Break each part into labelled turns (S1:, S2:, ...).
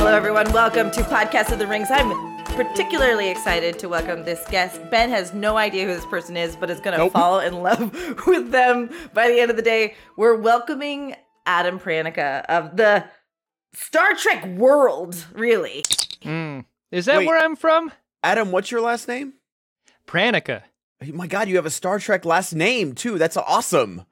S1: Hello, everyone. Welcome to Podcast of the Rings. I'm particularly excited to welcome this guest. Ben has no idea who this person is, but is going to
S2: Nope.
S1: fall in love with them by the end of the day. We're welcoming Adam Pranica of the Star Trek world, really.
S2: Mm. Is that
S3: Wait.
S2: where I'm from?
S3: Adam, what's your last name?
S2: Pranica.
S3: Oh My God, you have a Star Trek last name too. That's awesome.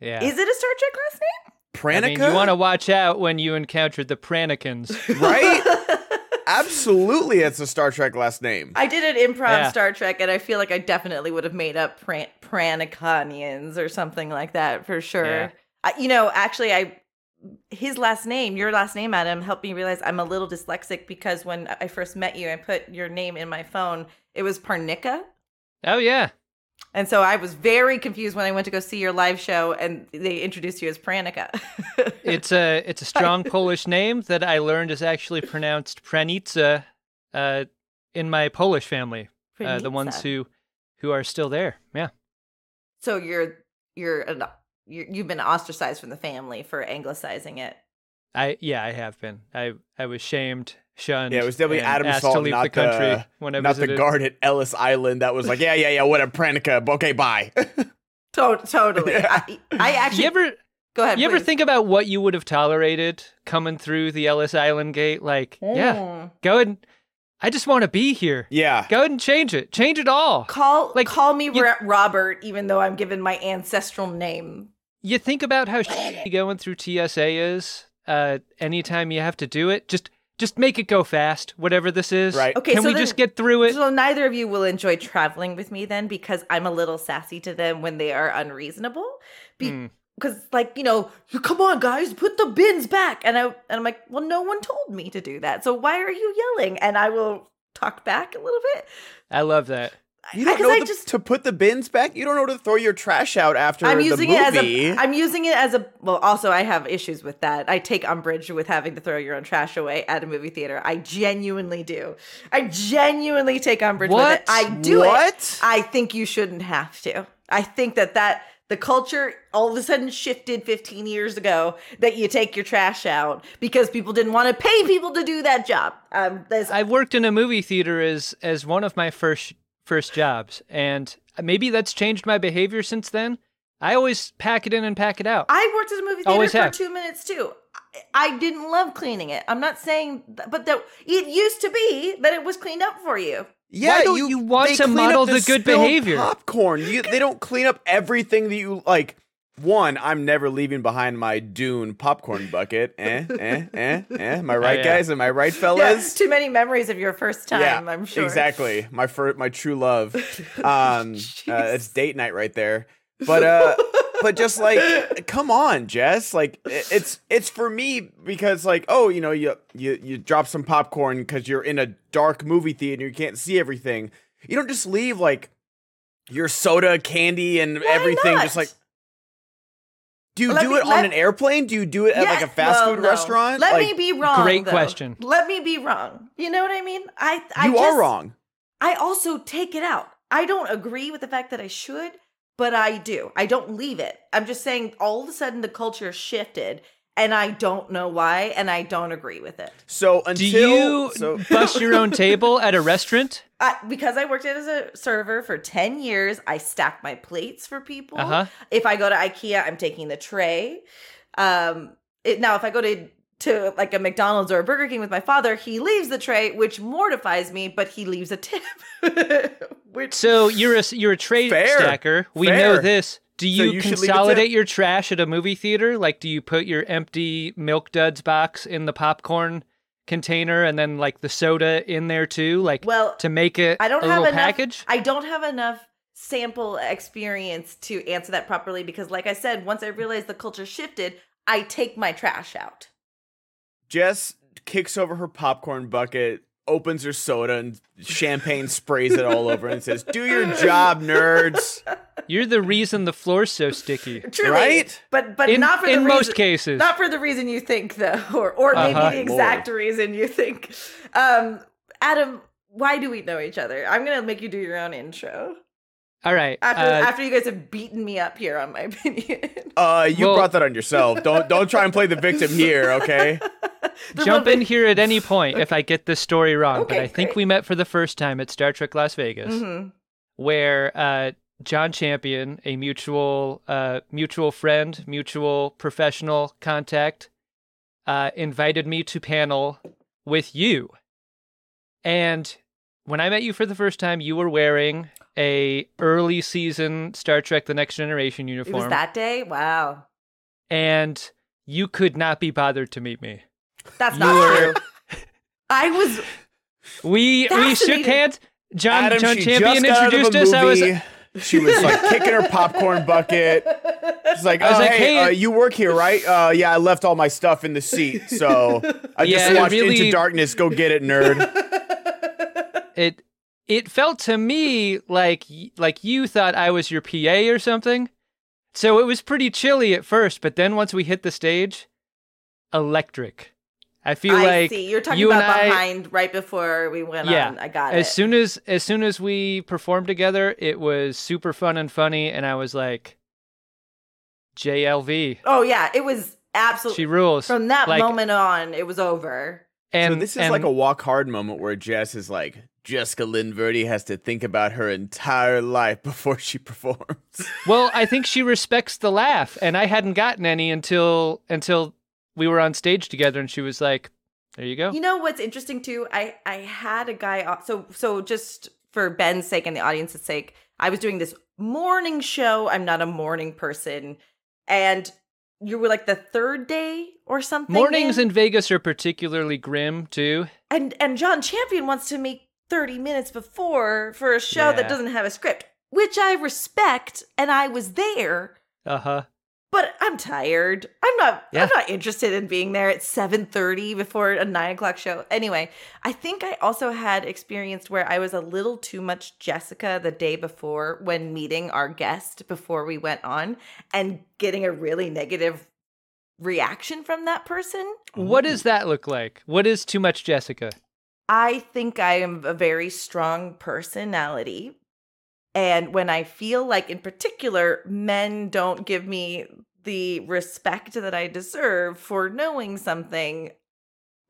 S2: Yeah.
S1: Is it a Star Trek last name?
S2: I
S3: Pranica,
S2: mean, you want to watch out when you encounter the Pranikins.
S3: right? Absolutely, it's a Star Trek last name.
S1: I did an improv
S2: Yeah.
S1: Star Trek, and I feel like I definitely would have made up Pran- Praniconians or something like that for sure.
S2: Yeah.
S1: I, you know, actually, I his last name, your last name, Adam, helped me realize I'm a little dyslexic because when I first met you, I put your name in my phone. It was Parnica.
S2: oh yeah.
S1: And so I was very confused when I went to go see your live show and they introduced you as Pranica.
S2: It's a it's a strong Polish name that I learned is actually pronounced Pranica uh, in my Polish family. Uh, the ones
S1: Pranica.
S2: who who are still there. Yeah.
S1: So you're you're an you're, you've been ostracized from the family for anglicizing it.
S2: I yeah, I have been. I I was shamed, shunned.
S3: Yeah, it was definitely
S2: and
S3: Adam
S2: asked to
S3: Salt,
S2: leave
S3: not
S2: the country
S3: the-
S2: when I
S3: Not
S2: visited.
S3: the guard at Ellis Island that was like, yeah, yeah, yeah, what a Pranica. Okay, bye.
S1: To- totally.
S3: Yeah.
S1: I, I actually
S2: You ever
S1: go ahead.
S2: you ever
S1: please.
S2: think about what you would have tolerated coming through the Ellis Island gate? Like, yeah,
S1: Mm.
S2: Go ahead. And, I just want to be here.
S3: yeah.
S2: Go ahead and change it. Change it all.
S1: Call
S2: Like,
S1: call me
S2: you-
S1: Ra- Robert, even though I'm given my ancestral name.
S2: You think about how shitty going through TSA is. Uh, anytime you have to do it, just just make it go fast. Whatever this is.
S3: Right.
S1: Okay,
S2: Can
S1: so
S2: we
S1: then-
S2: just get through it?
S1: So neither of you will enjoy traveling with me then, because I'm a little sassy to them when they are unreasonable.
S2: Hmm.
S1: Because like you know, "You- come on guys, put the bins back, and I and I'm like, well, no one told me to do that, so why are you yelling? And I will talk back a little bit.
S2: I love that.
S3: You don't
S1: 'cause
S3: know
S1: I
S3: the-
S1: just-
S3: to put the bins back. You don't know to throw your trash out after
S1: I'm
S3: the
S1: using
S3: movie.
S1: it as a. I'm using it as a. Well, also I have issues with that. I take umbrage with having to throw your own trash away at a movie theater. I genuinely do. I genuinely take umbrage with it.
S2: What?
S1: I do it.
S3: what?
S1: I think you shouldn't have to. I think that that the culture all of a sudden shifted 15 years ago that you take your trash out because people didn't want to pay people to do that job. Um, there's
S2: I worked in a movie theater as as one of my first first jobs, and maybe that's changed my behavior since then. I always pack it in and pack it out.
S1: I worked at a movie theater
S2: Always
S1: for
S2: have.
S1: two minutes too. I I didn't love cleaning it. I'm not saying, th- but that it used to be that it was cleaned up for you.
S3: Yeah,
S2: Why don't you want
S3: they
S2: to
S3: clean
S2: model
S3: up
S2: the good
S3: spilled
S2: behavior?
S3: Popcorn. You, they don't clean up everything that you like. One, I'm never leaving behind my Dune popcorn bucket. Eh, eh, eh, eh. Am I
S2: Oh,
S3: right,
S2: yeah.
S3: guys? Am I right,
S1: Yeah,
S3: fellas?
S1: too many memories of your first time. I'm sure
S3: Exactly. My fir- my true love. Um uh, it's date night right there. But uh but just like come on, Jess. Like i- it's it's for me because like oh, you know, you you you drop some popcorn cuz you're in a dark movie theater and you can't see everything. You don't just leave like your soda, candy and
S1: Why
S3: everything
S1: not?
S3: just like do you
S1: Let
S3: do
S1: me-
S3: it
S1: let-
S3: on an airplane? Do you do it at like
S1: Yeah,
S3: a fast
S1: well,
S3: food
S1: no.
S3: restaurant?
S1: Let
S3: Like,
S1: me be wrong.
S2: Great
S1: though.
S2: question.
S1: Let me be wrong. You know what I mean? I I
S3: you
S1: just-
S3: are wrong.
S1: I also take it out. I don't agree with the fact that I should, but I do. I don't leave it. I'm just saying all of a sudden the culture shifted and I don't know why and I don't agree with it.
S2: Do
S3: So until
S2: you
S3: so,
S2: bust your own table at a restaurant?
S1: I, because I worked as a server for 10 years, I stack my plates for people.
S2: Uh huh.
S1: If I go to IKEA, I'm taking the tray. Um, it, now, if I go to to like a McDonald's or a Burger King with my father, he leaves the tray, which mortifies me, but he leaves a tip. which
S2: So you're a you're a trade
S3: Fair.
S2: stacker. We
S3: Fair.
S2: know this. Do you,
S3: you should leave a tip.
S2: consolidate your trash at a movie theater? Like, do you put your empty Milk Duds box in the popcorn container and then like the soda in there too? Like,
S1: Well,
S2: to make it
S1: I don't
S2: a
S1: have
S2: little
S1: enough.
S2: package.
S1: I don't have enough sample experience to answer that properly because, like I said, once I realized the culture shifted, I take my trash out.
S3: Jess kicks over her popcorn bucket, opens her soda, and champagne sprays it all over and says, Do your job, nerds.
S2: You're the reason the floor's so sticky.
S1: Truly,
S3: Right?
S1: But but
S2: in
S1: not for the
S2: in
S1: reason,
S2: most cases.
S1: Not for the reason you think, though, or or maybe
S2: Uh-huh.
S1: the exact reason you think. Um, Adam, why do we know each other? I'm gonna make you do your own intro
S2: All right.
S1: after
S2: uh,
S1: after you guys have beaten me up here on my opinion.
S3: Uh, you
S2: Well-
S3: brought that on yourself. Don't don't try and play the victim here, okay?
S1: The
S2: jump
S1: one
S2: in here at any point if I get this story wrong, but
S1: Okay,
S2: I think
S1: great.
S2: we met for the first time at Star Trek Las Vegas,
S1: Mhm.
S2: where uh, John Champion, a mutual uh, mutual friend, mutual professional contact, uh, invited me to panel with you. And when I met you for the first time, you were wearing a early season Star Trek: The Next Generation
S1: It
S2: uniform,
S1: was that day. Wow,
S2: and you could not be bothered to meet me.
S1: that's
S2: You
S1: not
S2: were
S1: true. I was
S2: We we shook
S1: Fascinating.
S2: hands. John
S3: Adam,
S2: John
S3: she
S2: Champion
S3: just got out of a
S2: introduced us. I was
S3: movie. She was like kicking her popcorn bucket. She's like,
S2: I was
S3: "Oh,
S2: like,
S3: hey,
S2: hey,
S3: uh,
S2: it-
S3: you work here, right? Uh, yeah, I left all my stuff in the seat, so I
S2: Yeah,
S3: just
S2: it
S3: watched
S2: really-
S3: Into Darkness. Go get it, nerd.
S2: it it felt to me like y- like you thought I was your PA or something. So it was pretty chilly at first, but then once we hit the stage, electric. I feel
S1: I
S2: like
S1: see. You're talking
S2: you
S1: about
S2: and I-
S1: behind right before we went
S2: Yeah.
S1: on. I got
S2: as
S1: it.
S2: soon as as soon as we performed together, it was super fun and funny, and I was like, JLV,
S1: oh yeah, it was
S2: she
S1: absolutely
S2: rules.
S1: from that
S2: like-
S1: moment on. It was over.
S2: and
S3: so this is
S2: and
S3: like a walk hard moment where Jess is like, Jessica Lynn Verdi has to think about her entire life before she performs.
S2: Well, I think she respects the laugh, and I hadn't gotten any until until we were on stage together, and she was like, "There you go."
S1: You know what's interesting too? I I had a guy on- so so just for Ben's sake and the audience's sake, I was doing this morning show. I'm not a morning person. And you were like the third day or something.
S2: Mornings
S1: in,
S2: in Vegas are particularly grim too.
S1: and and John Champion wants to make 30 minutes before for a show
S2: Yeah.
S1: that doesn't have a script, which I respect and I was there,
S2: Uh huh.
S1: but I'm tired. I'm not
S2: Yeah.
S1: I'm not interested in being there at 7:30 before a nine o'clock show. Anyway, I think I also had experienced where I was a little too much Jessica the day before when meeting our guest before we went on and getting a really negative reaction from that person.
S2: What does that look like? What is too much, Jessica?
S1: I think I am a very strong personality. And when I feel like, in particular, men don't give me the respect that I deserve for knowing something,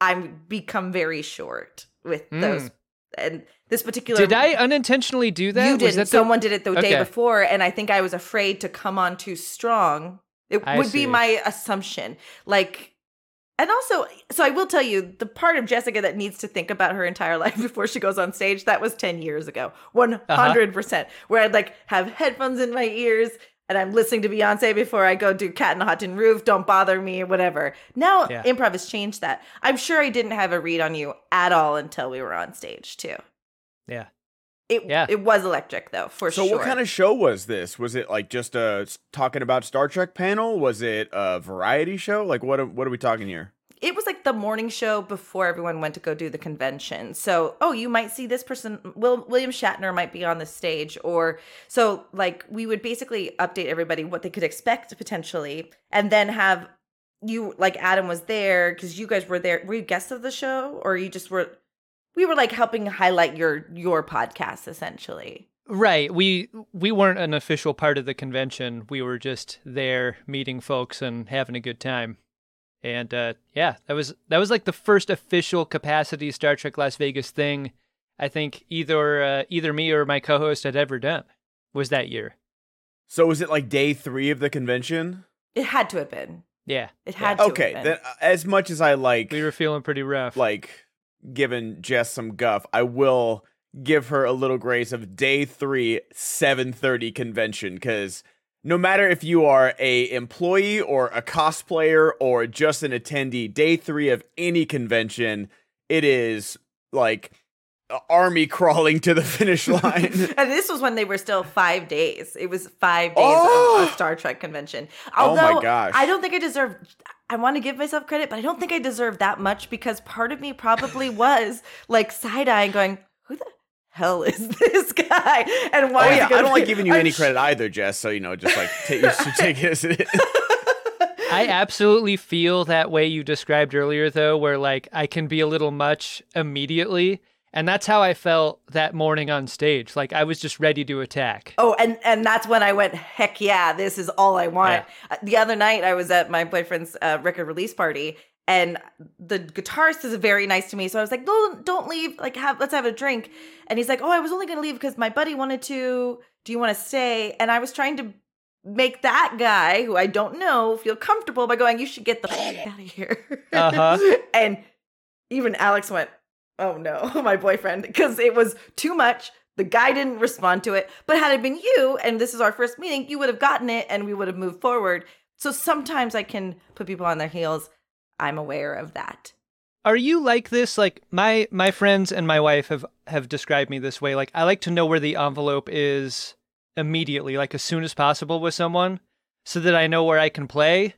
S1: I'm become very short with
S2: Mm.
S1: those. And this particular
S2: Did I unintentionally do that?
S1: you
S2: Was
S1: didn't.
S2: that the-
S1: Someone did it the
S2: Okay.
S1: day before, and I think I was afraid to come on too strong. It
S2: I
S1: would
S2: see.
S1: be my assumption. Like, and also, so I will tell you the part of Jessica that needs to think about her entire life before she goes on stage. That was ten years ago,
S2: Uh-huh.
S1: one hundred percent. Where I'd like have headphones in my ears. And I'm listening to Beyonce before I go do Cat in a Hot Tin Roof, Don't Bother Me, or whatever. Now
S2: Yeah.
S1: improv has changed that. I'm sure I didn't have a read on you at all until we were on stage, too.
S2: Yeah.
S1: It
S2: Yeah.
S1: it was electric though, for
S3: so,
S1: sure.
S3: what kind of show was this? Was it like just a s- talking about Star Trek panel? Was it a variety show? Like, what are, what are we talking here?
S1: It was like the morning show before everyone went to go do the convention. So, oh, you might see this person. Will William Shatner might be on the stage, or so. Like we would basically update everybody what they could expect potentially, and then have you like Adam was there because you guys were there. Were you guests of the show, or you just were? We were like helping highlight your your podcast essentially.
S2: Right. We we weren't an official part of the convention. We were just there meeting folks and having a good time. And uh, yeah, that was that was like the first official capacity Star Trek Las Vegas thing I think either uh, either me or my co-host had ever done was that year.
S3: So, was it like day three of the convention?
S1: It had to have been.
S2: Yeah,
S1: It had to
S3: Okay,
S1: Have been.
S3: then, uh, as much as I like
S2: we were feeling pretty rough.
S3: like giving Jess some guff, I will give her a little grace of day three, seven thirty convention, because no matter if you are a employee or a cosplayer or just an attendee, day three of any convention, it is like a army crawling to the finish line.
S1: and this was when they were still five days. It was five days
S3: Oh!
S1: of a Star Trek convention.
S3: Oh
S1: Although
S3: my gosh.
S1: I don't think I deserve. I want to give myself credit, but I don't think I deserve that much because part of me probably was like side eyeing, going, "Who the hell is this guy?" And why?
S3: Oh,
S1: is he
S3: yeah, I
S1: gonna
S3: don't
S1: be-
S3: like giving you
S1: I'm
S3: any
S1: sh-
S3: credit either, Jess. So you know, just like take, you should take it as it is.
S2: I absolutely feel that way you described earlier, though, where like I can be a little much immediately. And that's how I felt that morning on stage. Like I was just ready to attack.
S1: Oh, and and that's when I went, heck yeah, this is all I want. Uh The other night I was at my boyfriend's uh, record release party, and the guitarist is very nice to me. So I was like, no, don't leave. Like, have let's have a drink. And he's like, oh, I was only gonna leave because my buddy wanted to. Do you want to stay? And I was trying to make that guy who I don't know feel comfortable by going, you should get the f- out of here.
S2: Uh-huh.
S1: and even Alex went, oh no, my boyfriend, because it was too much. The guy didn't respond to it. But had it been you, and this is our first meeting, you would have gotten it and we would have moved forward. So sometimes I can put people on their heels. I'm aware of that.
S2: Are you like this? Like my my friends and my wife have have described me this way. Like I like to know where the envelope is immediately, like as soon as possible with someone, so that I know where I can play.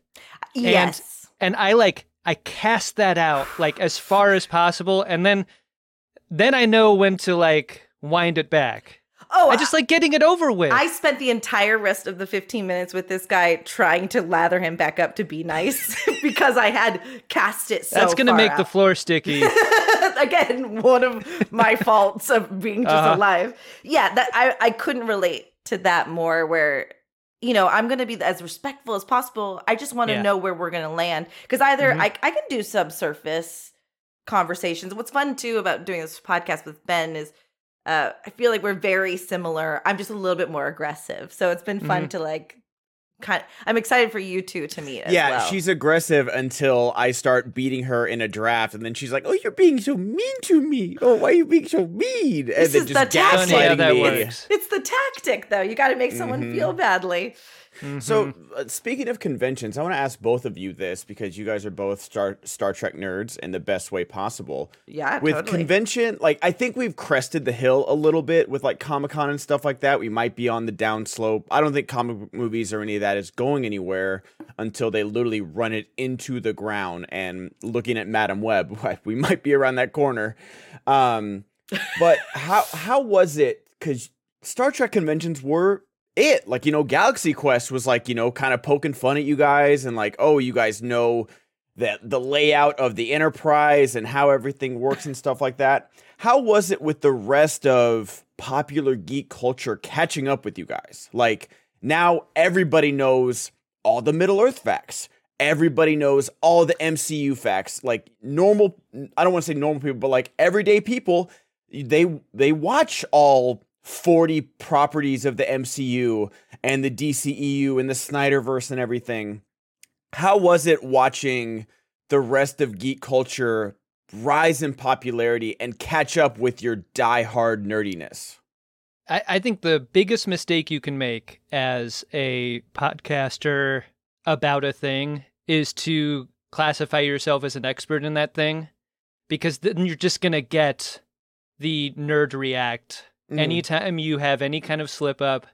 S1: Yes.
S2: And I like I cast that out like as far as possible and then then I know when to like wind it back.
S1: oh,
S2: I just like getting it over with.
S1: I spent the entire rest of the 15 minutes with this guy trying to lather him back up to be nice because I had cast it so
S2: That's gonna
S1: far
S2: make the
S1: out.
S2: floor sticky.
S1: Again, one of my faults of being just
S2: Uh-huh.
S1: alive. Yeah, that I, I couldn't relate to that more where you know, I'm going to be as respectful as possible. I just want to
S2: Yeah.
S1: know where we're going to land cuz either
S2: Mhm.
S1: I I can do subsurface conversations. What's fun too about doing this podcast with Ben is uh, I feel like we're very similar. I'm just a little bit more aggressive, so it's been fun to like. Kind. I'm excited for you two to meet. As
S3: yeah,
S1: well.
S3: she's aggressive until I start beating her in a draft, and then she's like, "Oh, you're being so mean to me. Oh, why are you being so mean?" And
S1: This
S3: then
S1: is
S3: just
S1: the tactic.
S2: Funny how
S3: gaslighting
S2: that
S3: me.
S2: works.
S1: It's the tactic, though. You got to make someone
S3: Mhm.
S1: feel badly.
S2: Mhm.
S3: So, uh, speaking of conventions, I want to ask both of you this because you guys are both Star Star Trek nerds in the best way possible.
S1: Yeah,
S3: with
S1: totally.
S3: convention like i think we've crested the hill a little bit with like comic-con and stuff like that we might be on the downslope i don't think comic book movies or any of that is going anywhere until they literally run it into the ground and looking at madam web we might be around that corner um but how how was it because star trek conventions were it like you know galaxy quest was like you know kind of poking fun at you guys and like oh you guys know the the layout of the enterprise and how everything works and stuff like that. How was it with the rest of popular geek culture catching up with you guys? Like now everybody knows all the Middle Earth facts. Everybody knows all the MCU facts. Like normal I don't want to say normal people, but like everyday people, they they watch all 40 properties of the MCU and the DCEU and the Snyderverse and everything how was it watching the rest of geek culture rise in popularity and catch up with your diehard nerdiness?
S2: I, I think the biggest mistake you can make as a podcaster about a thing is to classify yourself as an expert in that thing because then you're just going to get the nerd react
S3: Mm-hmm.
S2: anytime you have any kind of slip up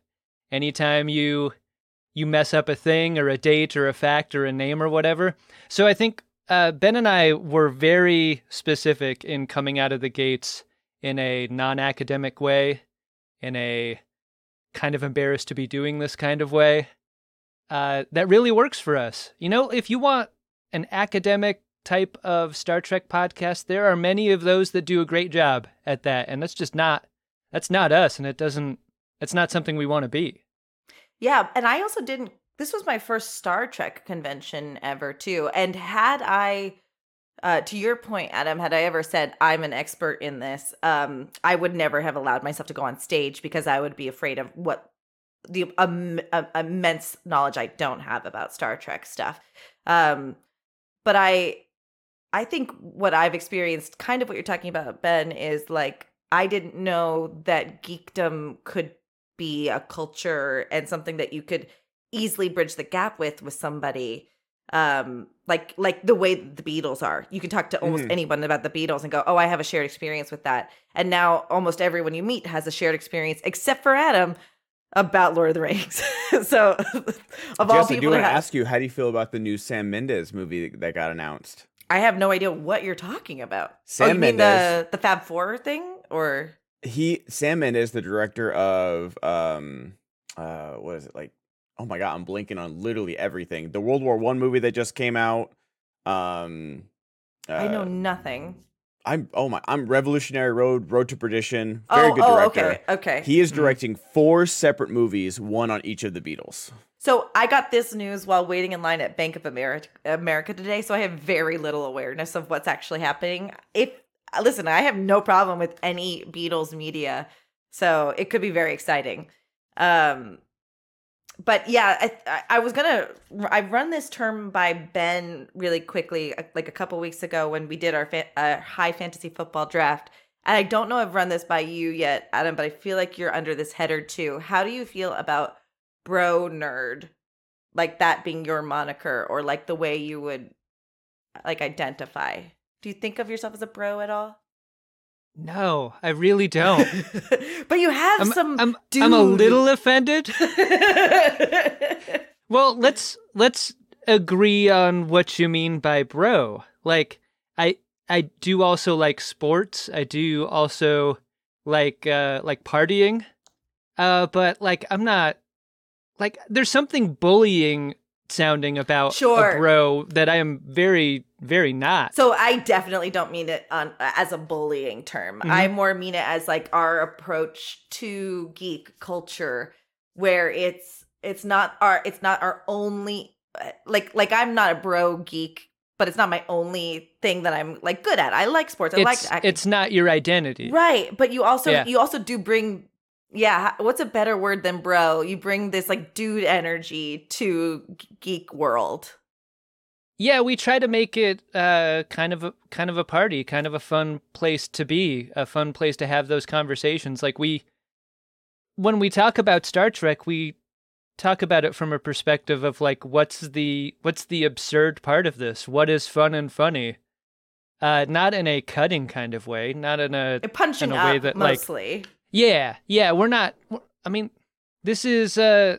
S2: anytime you you mess up a thing or a date or a fact or a name or whatever so i think uh, ben and i were very specific in coming out of the gates in a non-academic way in a kind of embarrassed to be doing this kind of way uh, that really works for us you know if you want an academic type of star trek podcast there are many of those that do a great job at that and that's just not that's not us and it doesn't it's not something we want to be
S1: Yeah, and I also didn't. This was my first Star Trek convention ever, too. And had I, uh, to your point, Adam, had I ever said I'm an expert in this, um, I would never have allowed myself to go on stage because I would be afraid of what the um, um, immense knowledge I don't have about Star Trek stuff. Um, but I, I think what I've experienced, kind of what you're talking about, Ben, is like I didn't know that geekdom could be a culture and something that you could easily bridge the gap with with somebody um like like the way the beatles are you can talk to almost
S3: Mhm.
S1: anyone about the beatles and go oh i have a shared experience with that and now almost everyone you meet has a shared experience except for adam about lord of the rings so of all people
S3: Jess, I do want
S1: to
S3: to
S1: have,
S3: ask you, how do you feel about the new Sam Mendes movie that got announced?
S1: i have no idea what you're talking about
S3: Sam
S1: oh, you mean the
S3: Mendes.
S1: the fab four thing or
S3: He Sam Mendes, the director of um, uh, what is it like? Oh my god, I'm blinking on literally everything. The World War One movie that just came out. Um,
S1: i know
S3: uh,
S1: nothing
S3: I'm oh my I'm Revolutionary Road, Road to Perdition. Very
S1: oh,
S3: good
S1: oh,
S3: director.
S1: okay, okay. mm-hmm.
S3: He is directing four separate movies, one on each of the Beatles.
S1: So I got this news while waiting in line at Bank of America, America today. So I have very little awareness of what's actually happening. If listen, I have no problem with any Beatles media, so it could be very exciting. Um, but yeah, I, I- I was gonna I run this term by Ben really quickly, uh, like a couple weeks ago when we did our fa- uh, high fantasy football draft. And I don't know I've run this by you yet, Adam, but I feel like you're under this header too. How do you feel about bro nerd like that being your moniker or like the way you would like identify do you think of yourself as a bro at all
S2: No, I really don't.
S1: but you have
S2: I'm,
S1: some
S2: I'm, I'm a
S1: dude.
S2: little offended. Well, let's let's agree on what you mean by bro. Like I I do also like sports. I do also like uh like partying. Uh but like I'm not like there's something bullying sounding about
S1: Sure.
S2: a bro that I am very very not.
S1: so i definitely don't mean it on as a bullying term
S2: Mm-hmm.
S1: i more mean it as like our approach to geek culture where it's it's not our it's not our only uh, like like i'm not a bro geek but it's not my only thing that i'm like good at i like sports i
S2: it's
S1: like I,
S2: it's not your identity.
S1: Right, but you also
S2: Yeah.
S1: you also do bring yeah, h- what's a better word than bro? You bring this like dude energy to g- geek world.
S2: Yeah, we try to make it uh, kind of a, kind of a party, kind of a fun place to be, a fun place to have those conversations. Like we, when we talk about Star Trek, we talk about it from a perspective of like, what's the what's the absurd part of this? What is fun and funny? Uh, not in a cutting kind of way, not in a
S1: A Punching
S2: In a way
S1: up
S2: that, like-
S1: mostly.
S2: yeah, yeah, we're not. we're- I mean, this is uh,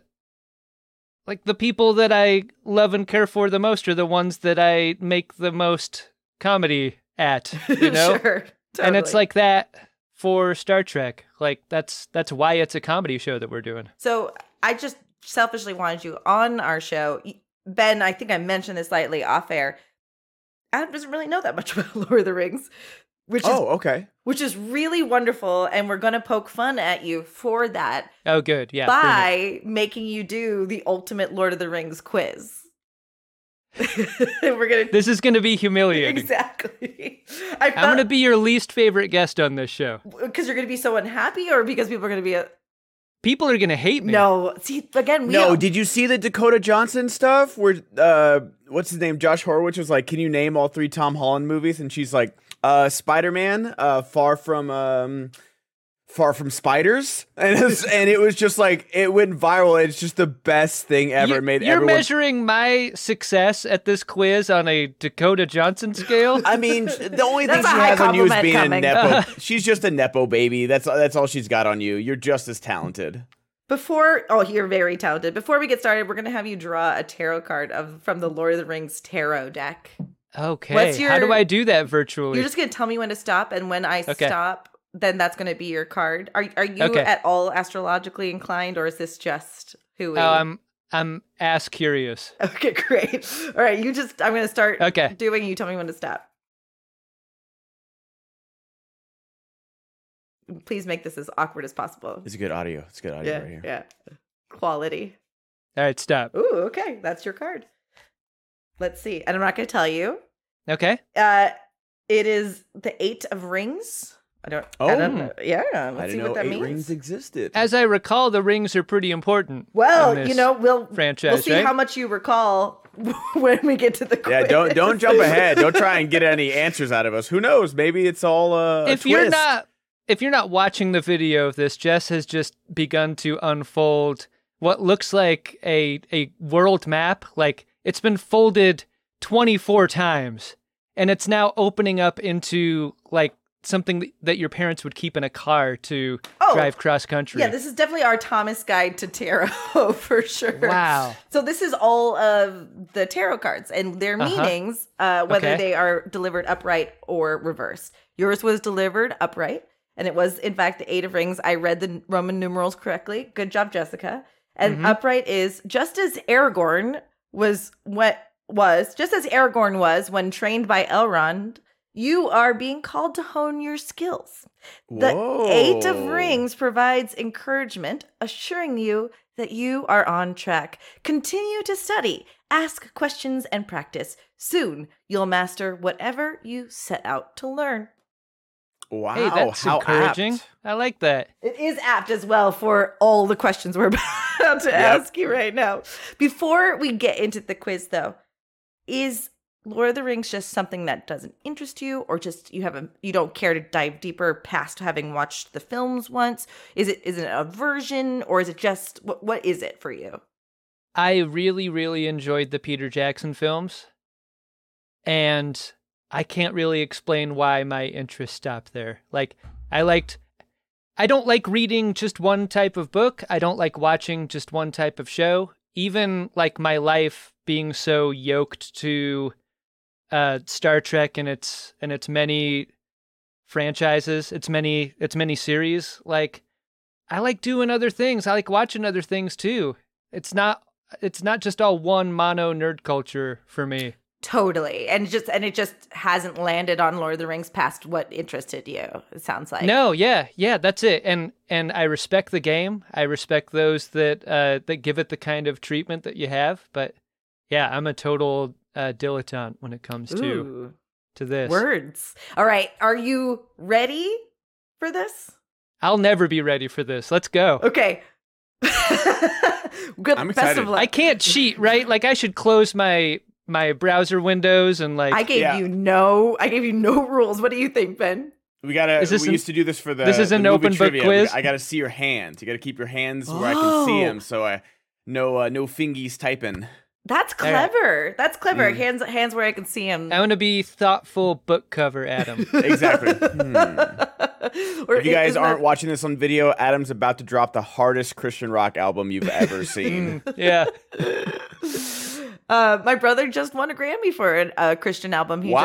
S2: like the people that I love and care for the most are the ones that I make the most comedy at, you know.
S1: sure.
S2: And it's
S1: totally.
S2: like that for Star Trek. Like that's that's why it's a comedy show that we're doing.
S1: So I just selfishly wanted you on our show. Y- Ben, I think I mentioned this lightly off air. Adam doesn't really know that much about Lord of the Rings, which is
S3: Oh, okay.
S1: which is really wonderful and we're going to poke fun at you for that.
S2: Oh, good, yeah. bring it.
S1: by making you do the ultimate Lord of the Rings quiz. We're gonna
S2: This is going to be humiliating.
S1: exactly. I
S2: I'm going to
S1: felt
S2: be your least favorite guest on this show.
S1: because you're gonna be so unhappy, or because people are gonna be a,
S2: People are going to hate me.
S1: no. See again, we
S3: No,
S1: don't-
S3: did you see the Dakota Johnson stuff where uh what's his name? Josh Horowitz was like, Can you name all three Tom Holland movies? And she's like, uh Spider Man, uh Far From um Far From Spiders. And it was, and it was just like it went viral. It's just the best thing ever.
S2: You-
S3: It made
S2: you're
S3: everyone
S2: measuring my success at this quiz on a Dakota Johnson scale.
S3: I mean, sh- the only thing
S1: That's
S3: she
S1: a high
S3: has on you is
S1: compliment
S3: being
S1: coming.
S3: a nepo. she's just a nepo baby. That's that's all she's got on you. You're just as talented.
S1: before. Oh, you're very talented. Before we get started, we're gonna have you draw a tarot card of from the Lord of the Rings tarot deck.
S2: Okay.
S1: What's
S2: How do
S1: your-
S2: I do that virtually?
S1: You're just gonna tell me when to stop, and when I
S2: Okay.
S1: stop, then that's gonna be your card. Are are you
S2: Okay.
S1: at all astrologically inclined, or is this just who? we-
S2: Oh, I'm I'm ass curious.
S1: Okay, great. All right, you just I'm gonna start
S2: Okay.
S1: doing you tell me when to stop. Please make this as awkward as possible.
S3: It's good audio. It's good audio
S1: Yeah,
S3: right here.
S1: yeah. Quality.
S2: All right, stop.
S1: Ooh, okay. That's your card. Let's see. And I'm not gonna tell you.
S2: Okay.
S1: Uh it is the eight of rings. I don't I don't
S3: Oh.
S1: know. Yeah, let's
S3: I
S1: see
S3: didn't know
S1: what that
S3: eight
S1: means.
S3: rings existed.
S2: As I recall, the rings are pretty important. in
S1: well,
S2: this
S1: you know, we'll
S2: franchise,
S1: we'll see
S2: right?
S1: how much you recall when we get to the
S3: yeah,
S1: quiz.
S3: don't don't jump ahead. Don't try and get any answers out of us. Who knows? Maybe it's all uh, a
S2: if you're
S3: twist.
S2: not if you're not watching the video of this, Jess has just begun to unfold what looks like a a world map. Like it's been folded 24 times, and it's now opening up into like something th- that your parents would keep in a car to
S1: Oh.
S2: drive cross country.
S1: Yeah, this is definitely our Thomas guide to tarot for sure.
S2: wow.
S1: So this is all of the tarot cards and their
S2: Uh-huh.
S1: meanings, uh, whether
S2: Okay.
S1: they are delivered upright or reversed. Yours was delivered upright, and it was in fact the Eight of Rings. I read the Roman numerals correctly. Good job, Jessica. And
S2: Mhm.
S1: upright is just as Aragorn was what was just as Aragorn was when trained by Elrond You are being called to hone your skills. The Eight of
S3: Whoa.
S1: Rings provides encouragement, assuring you that you are on track. Continue to study, ask questions, and practice. Soon, you'll master whatever you set out to learn.
S3: Wow,
S2: hey, that's
S3: how
S2: encouraging.
S3: apt.
S2: I like that.
S1: It is apt as well for all the questions we're about to ask you right now. Before we get into the quiz, though, is Lord of the Rings just something that doesn't interest you, or just you haven't you don't care to dive deeper past having watched the films once? Is it is it an aversion, or is it just what what is it for you?
S2: I really, really enjoyed the Peter Jackson films. And I can't really explain why my interest stopped there. Like, I liked, I don't like reading just one type of book. I don't like watching just one type of show. Even like my life being so yoked to uh, Star Trek and its and its many franchises, its many its many series. Like, I like doing other things. I like watching other things too. It's not it's not just all one mono nerd culture for me.
S1: Totally, and just and it just hasn't landed on Lord of the Rings past what interested you. It sounds like
S2: no, yeah, yeah, that's it. And and I respect the game. I respect those that uh that give it the kind of treatment that you have, but yeah, I'm a total uh dilettante when it comes to
S1: Ooh,
S2: to this.
S1: words. All right, are you ready for this?
S2: I'll never be ready for this. Let's go.
S1: Okay. Good.
S3: I'm
S1: best
S3: excited.
S1: of luck.
S2: I can't cheat, right? Like I should close my my browser windows and like
S1: I gave
S3: Yeah.
S1: you no. I gave you no rules. What do you think, Ben?
S3: We gotta.
S2: Is this
S3: we
S2: an-
S3: used to do this for the.
S2: this is
S3: the
S2: an
S3: movie
S2: open book
S3: trivia. We-
S2: quiz?
S3: I gotta see your hands. You gotta keep your hands where I can see
S1: Oh.
S3: them, so I no uh, no fingies typing.
S1: That's
S2: All right.
S1: clever. That's clever.
S3: Mm.
S1: Hands, hands where I can see him.
S2: I want to be thoughtful book cover, Adam.
S3: Exactly. Hmm.
S1: Or
S3: If you
S1: i-
S3: guys
S1: isn't
S3: aren't
S1: that-
S3: watching this on video, Adam's about to drop the hardest Christian rock album you've ever
S2: Hmm.
S3: seen.
S2: yeah.
S1: uh, my brother just won a Grammy for a, a Christian album he
S3: Wow.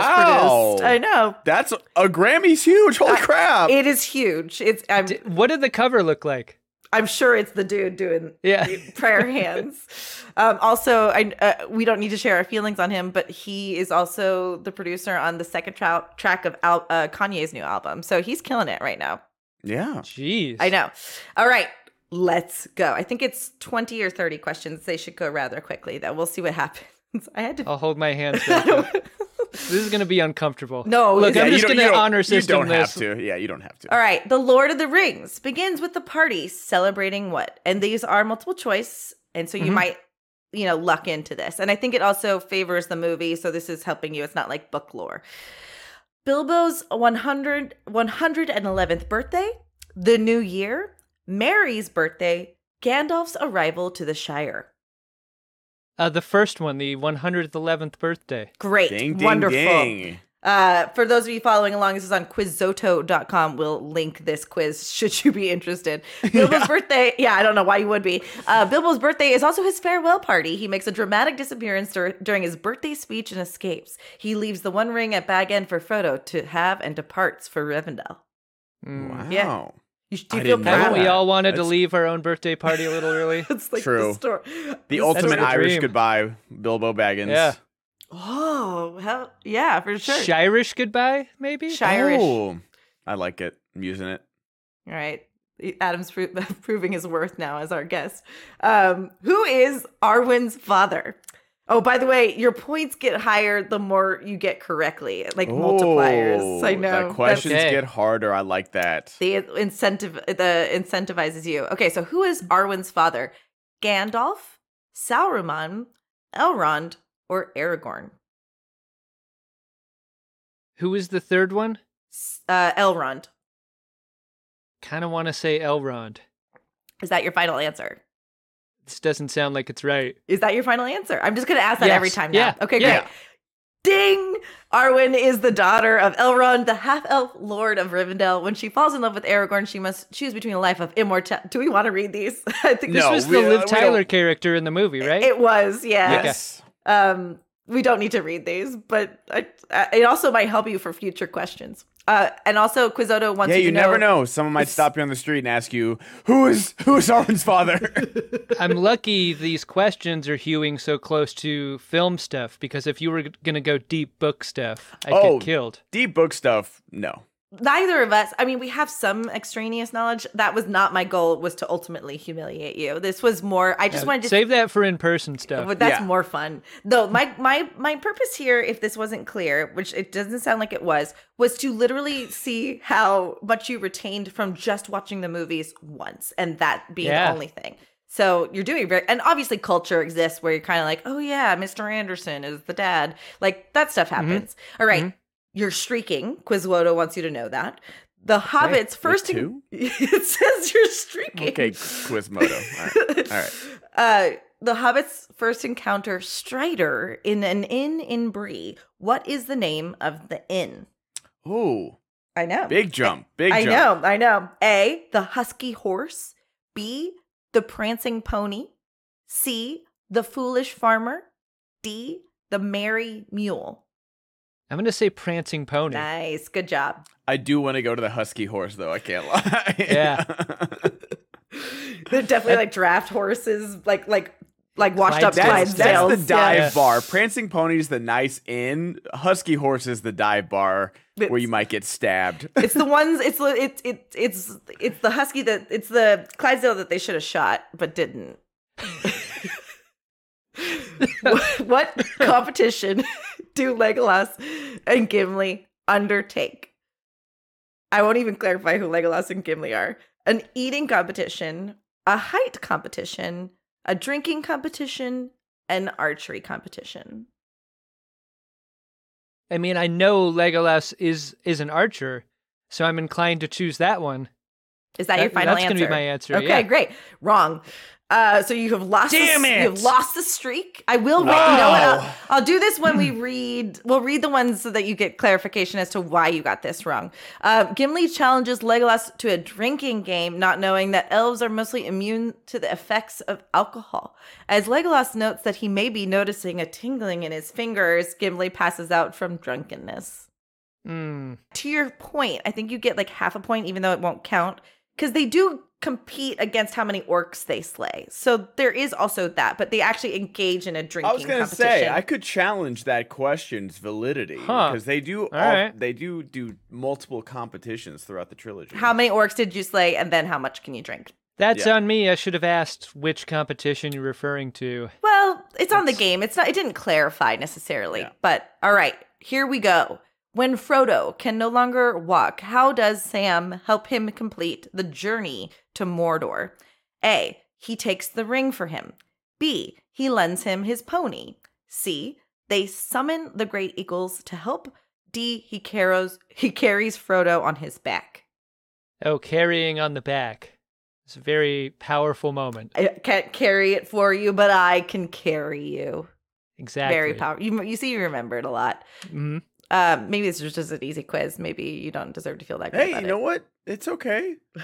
S1: just produced. I know.
S3: That's a Grammy's huge. Holy crap!
S1: It is huge. It's. I'm.
S2: D- what did the cover look like?
S1: I'm sure it's the dude doing
S2: Yeah.
S1: prayer hands. Um, also, I uh, we don't need to share our feelings on him, but he is also the producer on the second tra- track of Al- uh, Kanye's new album, so he's killing it right now.
S3: yeah.
S2: Jeez.
S1: I know. All right, let's go. I think it's twenty or thirty questions. They should go rather quickly, though. We'll see what happens. I had to.
S2: I'll hold my hands back up. This is going to be uncomfortable.
S1: No,
S2: Look,
S1: it's-
S2: I'm
S3: Yeah, you
S2: just
S3: don't-
S2: going
S3: you
S2: to
S3: don't-
S2: honor system
S3: You don't
S2: this.
S3: have to. Yeah, you don't have to.
S1: All right, The Lord of the Rings begins with the party celebrating what? And these are multiple choice, and so you
S3: Mm-hmm.
S2: Mhm.
S1: might you know luck into this. And I think it also favors the movie, so this is helping you. It's not like book lore. Bilbo's 100 111th birthday, the new year, Mary's birthday, Gandalf's arrival to the Shire.
S2: Uh, the first one, the 111th birthday.
S1: Great.
S3: Ding, ding,
S1: wonderful.
S3: ding.
S1: Uh, for those of you following along, this is on quizzoto.com. We'll link this quiz should you be interested. Bilbo's birthday, yeah, I don't know why you would be. Uh, Bilbo's birthday is also his farewell party. He makes a dramatic disappearance dur- during his birthday speech and escapes. He leaves the One Ring at Bag End for Frodo to have and departs for Rivendell.
S2: Mm.
S3: Wow.
S1: Yeah. You, do you
S3: I
S1: feel
S3: didn't know
S1: proud?
S2: Haven't we
S3: Wow.
S2: all wanted to
S3: That's-
S2: leave our own birthday party a little early?
S1: It's like
S3: True.
S1: the story.
S3: The
S1: This-
S3: ultimate
S2: the
S3: Irish
S2: dream.
S3: goodbye, Bilbo Baggins.
S2: Yeah.
S1: Oh, hell, yeah, for sure.
S2: Shirish goodbye, maybe?
S1: Shi- Irish.
S3: Oh, I like it. I'm using it.
S1: All right. E, Adam's pro- proving his worth now as our guest. Um, who is Arwen's father? Oh, by the way, your points get higher the more you get correctly, like multipliers. I
S3: Oh,
S1: know.
S3: The questions
S2: Okay.
S3: get harder. I like that.
S1: The incentive the incentivizes you. Okay, so who is Arwen's father? Gandalf, Sauron, Elrond, or Aragorn?
S2: Who was the third one?
S1: S- Uh, Elrond.
S2: Kind of want to say Elrond.
S1: Is that your final answer?
S2: This doesn't sound like it's right.
S1: Is that your final answer? I'm just going to ask that
S2: Yes.
S1: every time now.
S2: Yeah.
S1: Okay,
S2: Yeah.
S1: great. Ding! Arwen is the daughter of Elrond, the half-elf lord of Rivendell. When she falls in love with Aragorn, she must choose between a life of immortality. Do we want to read these? I think
S2: This
S3: No,
S2: was
S3: we-
S2: the Liv
S3: uh, we
S2: Tyler
S3: don't-
S2: character in the movie, right?
S1: it was, yeah.
S3: Yes.
S1: Um, we don't need to read these, but I, I, it also might help you for future questions. Uh, and also, Quizzoto wants
S3: yeah,
S1: you,
S3: you
S1: to
S3: never
S1: know.
S3: know. Someone might stop you on the street and ask you, "Who is who is Arwen's father?"
S2: I'm lucky these questions are hewing so close to film stuff because if you were going to go deep book stuff, I'd
S3: Oh.
S2: get killed.
S3: Deep book stuff. No.
S1: Neither of us. I mean, we have some extraneous knowledge. That was not my goal. Was to ultimately humiliate you. This was more. I just wanted to
S2: Save that for in person stuff.
S1: But that's
S3: Yeah.
S1: more fun. Though my my my purpose here, if this wasn't clear, which it doesn't sound like it was, was to literally see how much you retained from just watching the movies once, and that being
S2: Yeah.
S1: the only thing. So you're doing very, and obviously culture exists where you're kind of like, oh yeah, Mr. Anderson is the dad, like that stuff
S3: Mm-hmm.
S1: happens. All right. you're streaking. Quizwodo wants you to know that. The Hobbit's first.
S3: Like
S1: en-
S3: two?
S1: it says you're streaking.
S3: Okay, Quizmodo. All right. All right.
S1: Uh, the hobbits first encounter Strider in an inn in Bree. What is the name of the inn?
S3: Ooh,
S1: I know.
S3: big jump. Big
S1: I
S3: jump.
S1: know. I know. A. The husky horse. B. The prancing pony. C. The foolish farmer. D. The merry mule.
S2: I'm going to say prancing pony.
S1: Nice. Good job.
S3: I do want to go to the husky horse though. I can't lie.
S2: Yeah.
S1: They're definitely like draft horses, like like like washed up
S2: Clydesdales.
S3: That's,
S1: Clydesdales.
S3: that's the dive
S2: Yeah.
S3: bar. Prancing ponies, the nice inn. Husky horse is the dive bar where
S1: It's-
S3: you might get stabbed.
S1: it's the ones. It's the- it's it, it's it's the husky that it's the Clydesdale that they should have shot but didn't. what, what competition do Legolas and Gimli undertake? I won't even clarify who Legolas and Gimli are. An eating competition, a height competition, a drinking competition, an archery competition.
S2: I mean, I know Legolas is is an archer, so I'm inclined to choose that one.
S1: Is that, your final
S2: that's
S1: answer?
S2: gonna be my answer.
S1: Okay,
S2: yeah.
S1: great. Wrong. Uh, so you have lost.
S2: Damn
S1: the,
S2: it!
S1: You've lost the streak. I will. Wait, You know what?
S3: Wow.
S1: I'll, I'll do this when we read. We'll read the ones so that you get clarification as to why you got this wrong. Uh, Gimli challenges Legolas to a drinking game, not knowing that elves are mostly immune to the effects of alcohol. As Legolas notes that he may be noticing a tingling in his fingers, Gimli passes out from drunkenness
S2: Mm,
S1: to your point, I think you get like half a point, even though it won't count, because they do compete against how many orcs they slay. So there is also that, but they actually engage in a drinking.
S3: I was gonna
S1: competition.
S3: say I could challenge that question's validity
S2: Huh.
S3: because they do
S2: All
S3: all-
S2: right.
S3: they do do multiple competitions throughout the trilogy.
S1: how many orcs did you slay, and then how much can you drink?
S2: that's
S3: Yeah.
S2: on me. I should have asked which competition you're referring to.
S1: Well, it's on the game. It's not. It didn't clarify necessarily,
S3: Yeah.
S1: but all right, here we go. When Frodo can no longer walk, how does Sam help him complete the journey to Mordor? A. He takes the ring for him. B. He lends him his pony. C. They summon the great eagles to help. D. He carries he carries Frodo on his back.
S2: Oh, carrying on the back. It's a very powerful moment.
S1: I can't carry it for you, but I can carry you.
S2: Exactly.
S1: Very powerful. You, you see, you remembered a lot.
S2: Mhm.
S1: Um, maybe this is just an easy quiz. Maybe you don't deserve to feel that. Good
S3: Hey,
S1: about
S3: you
S1: it.
S3: know what? It's okay. Uh,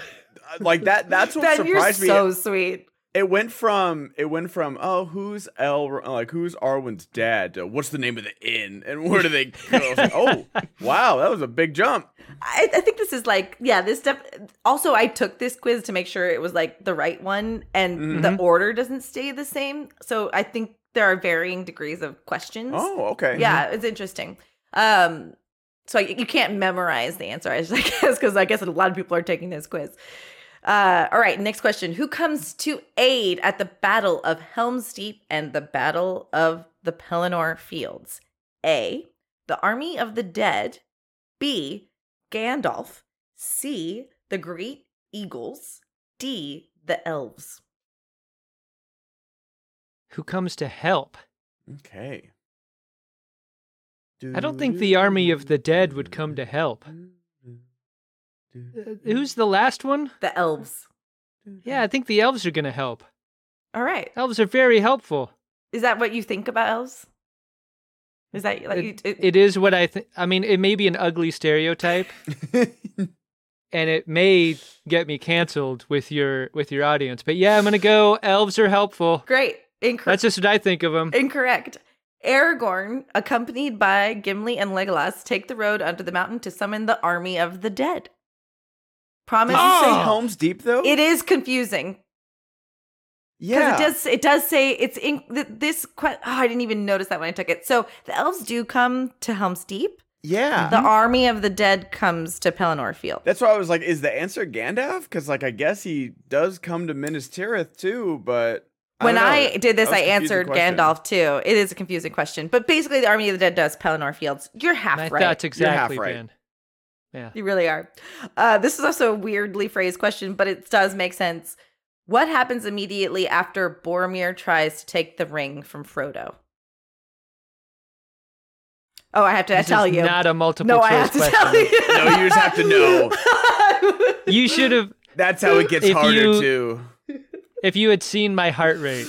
S3: like that. That's what
S1: Ben, you're
S3: surprised me.
S1: so sweet.
S3: it went from it went from oh who's El like who's Arwen's dad to what's the name of the inn and where do they go? I was like, oh wow, that was a big jump.
S1: I, I think this is like yeah. This stuff. Also, I took this quiz to make sure it was like the right one, and
S3: Mm-hmm.
S1: the order doesn't stay the same. So I think there are varying degrees of questions.
S3: Oh okay.
S1: yeah, it's interesting. Um, so I, you can't memorize the answer, I just- I guess, because I guess a lot of people are taking this quiz. Uh, all right, next question: Who comes to aid at the Battle of Helm's Deep and the Battle of the Pelennor Fields? A. The Army of the Dead. B. Gandalf. C. The Great Eagles. D. The Elves.
S2: Who comes to help?
S3: Okay.
S2: I don't think
S3: Mm-hmm.
S2: the army of the dead would come to help. Uh, who's the last one?
S1: The Elves.
S2: Yeah, I think the elves are going to help.
S1: All right.
S2: Elves are very helpful.
S1: Is that what you think about elves? Is that like you,
S2: It-
S1: it,
S2: it is what I think. I mean, it may be an ugly stereotype, and it may get me canceled with your with your audience. But yeah, I'm gonna go. Elves are helpful.
S1: great? Incorrect.
S2: That's just what I think of them.
S1: incorrect. Aragorn, accompanied by Gimli and Legolas, take the road under the mountain to summon the army of the dead. Promise.
S3: Did you say
S2: Oh.
S3: Helm's Deep though?
S1: It is confusing because
S3: yeah.
S1: it does. It does say it's in th- this. que- Oh, I didn't even notice that when I took it. So the elves do come to Helm's Deep.
S3: yeah.
S1: The army of the dead comes to Pelennor Field.
S3: That's why I was like, is the answer Gandalf? Because like I guess he does come to Minas Tirith too, but
S1: when
S3: don't know.
S1: I did this,
S3: That was
S1: I
S3: a confusing
S1: answered
S3: question.
S1: Gandalf too. It is a confusing question, but basically, the Army of the Dead does Pelennor Fields. You're half
S2: And
S1: right.
S2: That's
S3: half
S2: exactly,
S3: right.
S2: Ben. Yeah.
S1: you really are. Uh, this is also a weirdly phrased question, but it does make sense. What happens immediately after Boromir tries to take the ring from Frodo? Oh, I have to
S2: This
S1: tell
S2: is
S1: you.
S2: not a multiple
S1: no,
S2: choice
S1: I have to
S2: question.
S1: tell you.
S3: No, you just have to
S1: know.
S2: You should have
S3: That's how it gets
S2: If
S3: harder
S2: you-
S3: too.
S2: if you had seen my heart rate.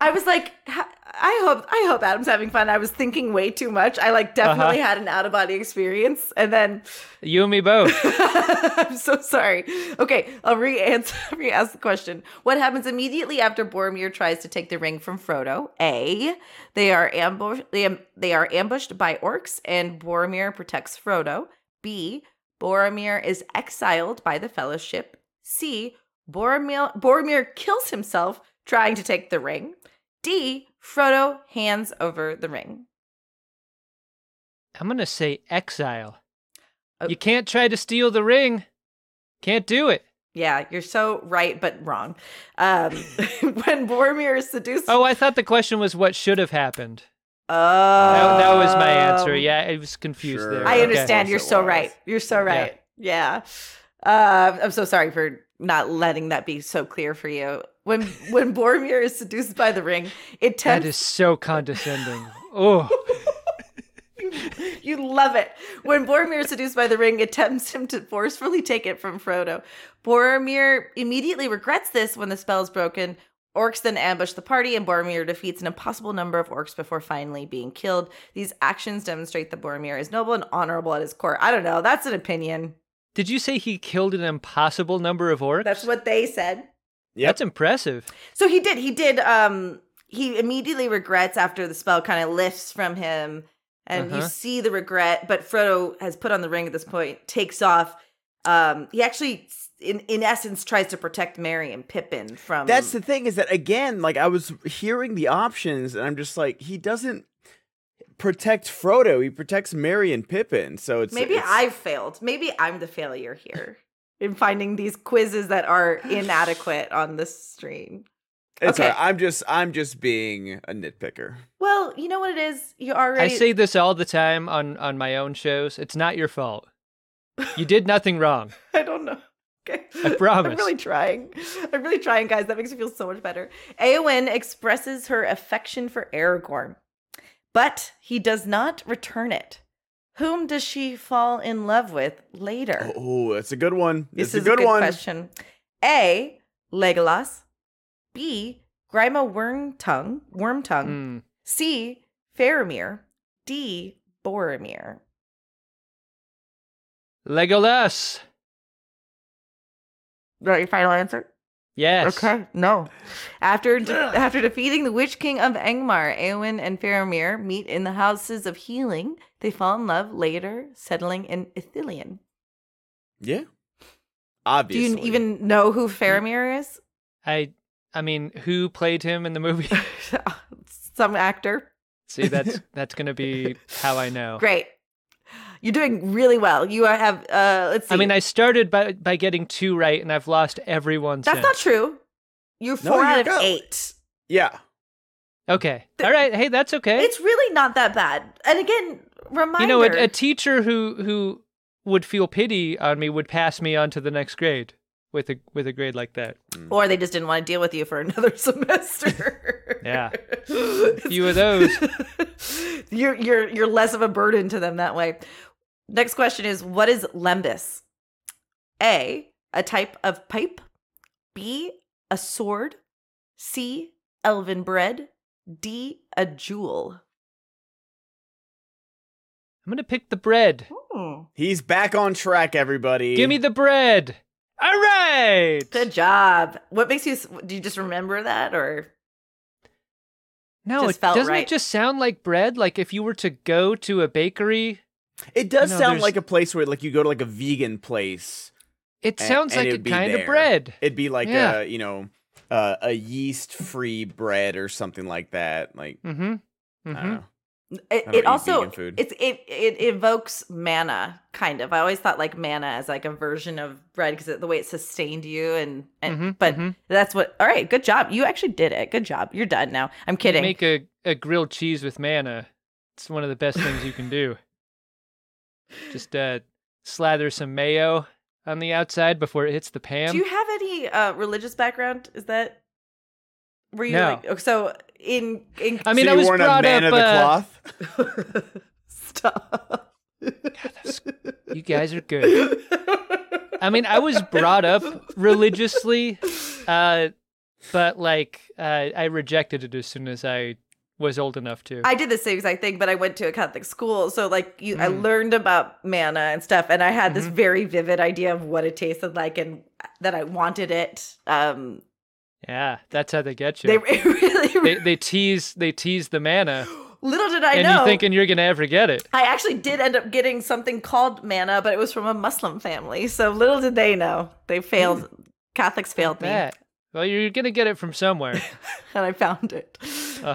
S1: I was like, "Ha- I hope, I hope Adam's having fun. I was thinking way too much. I like
S2: Uh-huh.
S1: definitely had an out of body experience, and then
S2: You and me both.
S1: I'm so sorry. Okay, I'll re-answer, re-ask the question. What happens immediately after Boromir tries to take the ring from Frodo? A. They are ambushed. They, am- they are ambushed by orcs, and Boromir protects Frodo. B. Boromir is exiled by the Fellowship. C. Boromir Boromir kills himself trying to take the ring. D. Frodo hands over the ring.
S2: I'm gonna say exile.
S1: Oh.
S2: You can't try to steal the ring. Can't do it.
S1: Yeah, you're so right, but wrong. Um, when Boromir is seduced
S2: Oh, I thought the question was what should have happened.
S1: Oh,
S2: That, that was my answer. Yeah, I was confused
S3: Sure.
S2: there.
S1: Um, I
S2: Okay.
S1: understand.
S3: Yes,
S1: You're
S3: it
S1: so
S3: was.
S1: right. You're so right. Yeah. Uh, I'm so sorry for not letting that be so clear for you. When when Boromir is seduced by the ring, it
S2: That
S1: tends
S2: is so condescending. Oh,
S1: you love it. When Boromir is seduced by the ring, it tempts him to forcefully take it from Frodo. Boromir immediately regrets this when the spell is broken. Orcs then ambush the party, and Boromir defeats an impossible number of orcs before finally being killed. These actions demonstrate that Boromir is noble and honorable at his core. I don't know. That's an opinion.
S2: did you say he killed an impossible number of orcs?
S1: That's what they said.
S2: That's
S3: Yep.
S2: impressive.
S1: So he did. He did. Um, he immediately regrets after the spell kind of lifts from him, and you
S2: Uh-huh.
S1: see the regret. But Frodo has put on the ring at this point, takes off. Um, he actually, in in essence, tries to protect Mary and Pippin from.
S3: That's the thing is that again, like I was hearing the options, and I'm just like, he doesn't protect Frodo. He protects Merry and Pippin. So it's
S1: maybe
S3: it's-
S1: I've failed. Maybe I'm the failure here in finding these quizzes that are inadequate on the stream.
S3: It's
S1: okay.
S3: all right. I'm just I'm just being a nitpicker.
S1: Well, you know what it is. You already.
S2: I say this all the time on on my own shows. It's not your fault. You did nothing wrong.
S1: I don't know. Okay.
S2: I promise.
S1: I'm really trying. I'm really trying, guys. That makes me feel so much better. Eowyn expresses her affection for Aragorn, but he does not return it. Whom does she fall in love with later?
S3: Oh, that's a good one.
S1: this
S3: it's
S1: is
S3: a good, one.
S1: question. A. Legolas. B. Grima Wormtongue. Wormtongue.
S3: Mm.
S2: Hmm.
S1: C. Faramir. D. Boromir.
S2: Hmm. Legolas.
S1: Is that your final answer?
S2: Yes.
S1: Okay, no. After de- after defeating the Witch King of Angmar, Eowyn and Faramir meet in the Houses of Healing. They fall in love later, settling in Ithilien.
S3: Yeah.
S1: Do
S3: Obviously.
S1: you even know who Faramir is?
S2: I I mean, who played him in the movie?
S1: Some actor.
S2: See, that's that's gonna be how I know.
S1: Great. You're doing really well. You are- have uh let's see.
S2: I mean, I started by by getting two right, and I've lost every one
S1: That's not
S2: since.
S1: true. You're
S3: No,
S1: four
S3: you
S1: out of
S3: go.
S1: eight.
S3: Yeah.
S2: okay. All right. Hey, that's okay.
S1: It's really not that bad. And again, reminder.
S2: Eh? you know, a, a teacher who who would feel pity on me would pass me on to the next grade with a with a grade like that.
S1: Or they just didn't want to deal with you for another semester.
S2: Yeah. Few of those.
S1: you're you're you're less of a burden to them that way. Next question is what is lembus? A, a type of pipe. B, a sword. C, elven bread. D, a jewel.
S2: I'm gonna pick the bread.
S3: He's back on track, everybody.
S2: Give me the bread. All right.
S1: Good job. What makes you s- do you just remember that or
S2: No,
S1: Just
S2: it,
S1: felt
S2: doesn't
S1: right.
S2: it just sound like bread? Like if you were to go to a bakery,
S3: It does
S2: No,
S3: sound
S2: there's-
S3: like a place where like you go to like a vegan place.
S2: it
S3: And-
S2: sounds
S3: and
S2: like
S3: it
S2: a
S3: would be
S2: kind
S3: there.
S2: of bread.
S3: It'd be like
S2: Yeah.
S3: a you know uh, a yeast free bread or something like that. Like
S2: Mm-hmm.
S3: I
S1: Uh,
S3: don't
S2: Mm-hmm.
S3: know.
S1: It,
S3: I don't
S1: it
S3: eat
S1: also
S3: vegan food.
S1: it's it it evokes manna kind of. I always thought like manna as like a version of bread because the way it sustained you and, and
S2: Mhm,
S1: but
S2: mhm.
S1: that's what. All right, good job. You actually did it. Good job. You're done now. I'm kidding.
S2: Make a, a grilled cheese with manna. It's one of the best things you can do. Just uh, slather some mayo on the outside before it hits the pan.
S1: Do you have any uh, religious background? Is that were you
S2: No.
S1: like oh, so in in
S2: I mean,
S3: so
S2: I
S3: you
S2: was
S3: weren't a
S2: brought
S3: man
S2: up.
S3: of the
S2: uh,
S3: cloth.
S1: stop.
S2: you guys are good. I mean, I was brought up religiously, uh, but like uh, I rejected it as soon as I was old enough to.
S1: I did the same exact thing, but I went to a Catholic school, so like you, I
S2: Mm.
S1: learned about manna and stuff, and I had this
S2: Mhm.
S1: very vivid idea of what it tasted like and that I wanted it. Um,
S2: yeah, that's how they get you.
S1: They it really,
S2: they they tease they tease the manna,
S1: little did I
S2: and
S1: know.
S2: you're thinking you're gonna ever get it.
S1: I actually did end up getting something called manna, but it was from a Muslim family. So little did they know. They
S2: Hmm.
S1: failed. Catholics failed me,
S2: That. Well, you're gonna get it from somewhere.
S1: and I found it.
S2: Uh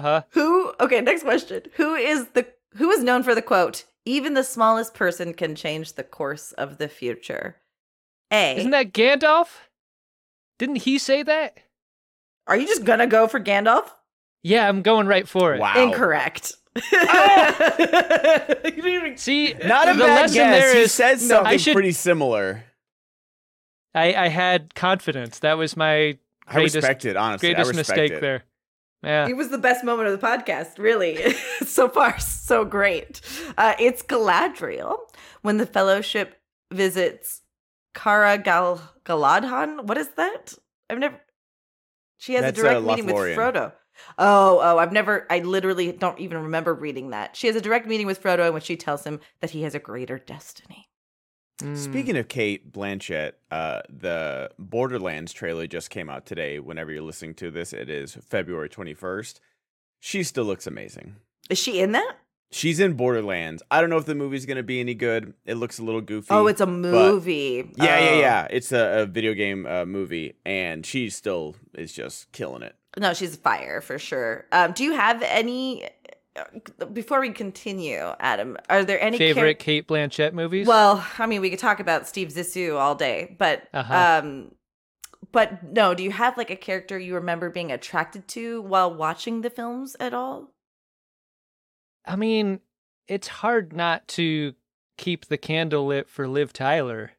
S2: huh.
S1: Who? Okay, next question. Who is the who is known for the quote? Even the smallest person can change the course of the future. A.
S2: Isn't that Gandalf? Didn't he say that?
S1: Are you just gonna go for Gandalf?
S2: Yeah, I'm going right for it.
S3: Wow.
S1: Incorrect. you didn't even
S2: See,
S3: Not a
S2: the
S3: bad
S2: lesson
S3: guess.
S2: there
S3: He
S2: is-
S3: says
S2: No, I
S3: something
S2: should-
S3: pretty similar.
S2: I, I had confidence. That was my
S3: I
S2: greatest,
S3: respect it, honestly. I
S2: greatest
S3: respect
S2: mistake
S3: it.
S2: there. Yeah.
S1: It was the best moment of the podcast, really. so far, so great. Uh, it's Galadriel when the Fellowship visits Kara Gal- Galadhan. What is that? I've never. She has a
S3: That's, uh,
S1: direct meeting
S3: Lothlorien.
S1: with Frodo. Oh, oh, I've never, I literally don't even remember reading that. She has a direct meeting with Frodo in which she tells him that he has a greater destiny.
S2: Mm.
S3: Speaking of Kate Blanchett, uh, the Borderlands trailer just came out today. Whenever you're listening to this, it is February 21st. She still looks amazing.
S1: Is she in that?
S3: She's in Borderlands. I don't know if the movie's going to be any good. It looks a little goofy.
S1: Oh, it's a movie.
S3: yeah, yeah,
S1: Oh.
S3: yeah. It's a, a video game uh, movie, and she still is just killing it.
S1: No, she's fire for sure. Um, do you have any? uh, Before we continue, Adam, are there any char-
S2: favorite Kate Blanchett movies?
S1: well, I mean, we could talk about Steve Zissou all day, but
S2: Uh-huh.
S1: um, but no, do you have like a character you remember being attracted to while watching the films at all?
S2: I mean, it's hard not to keep the candle lit for Liv Tyler.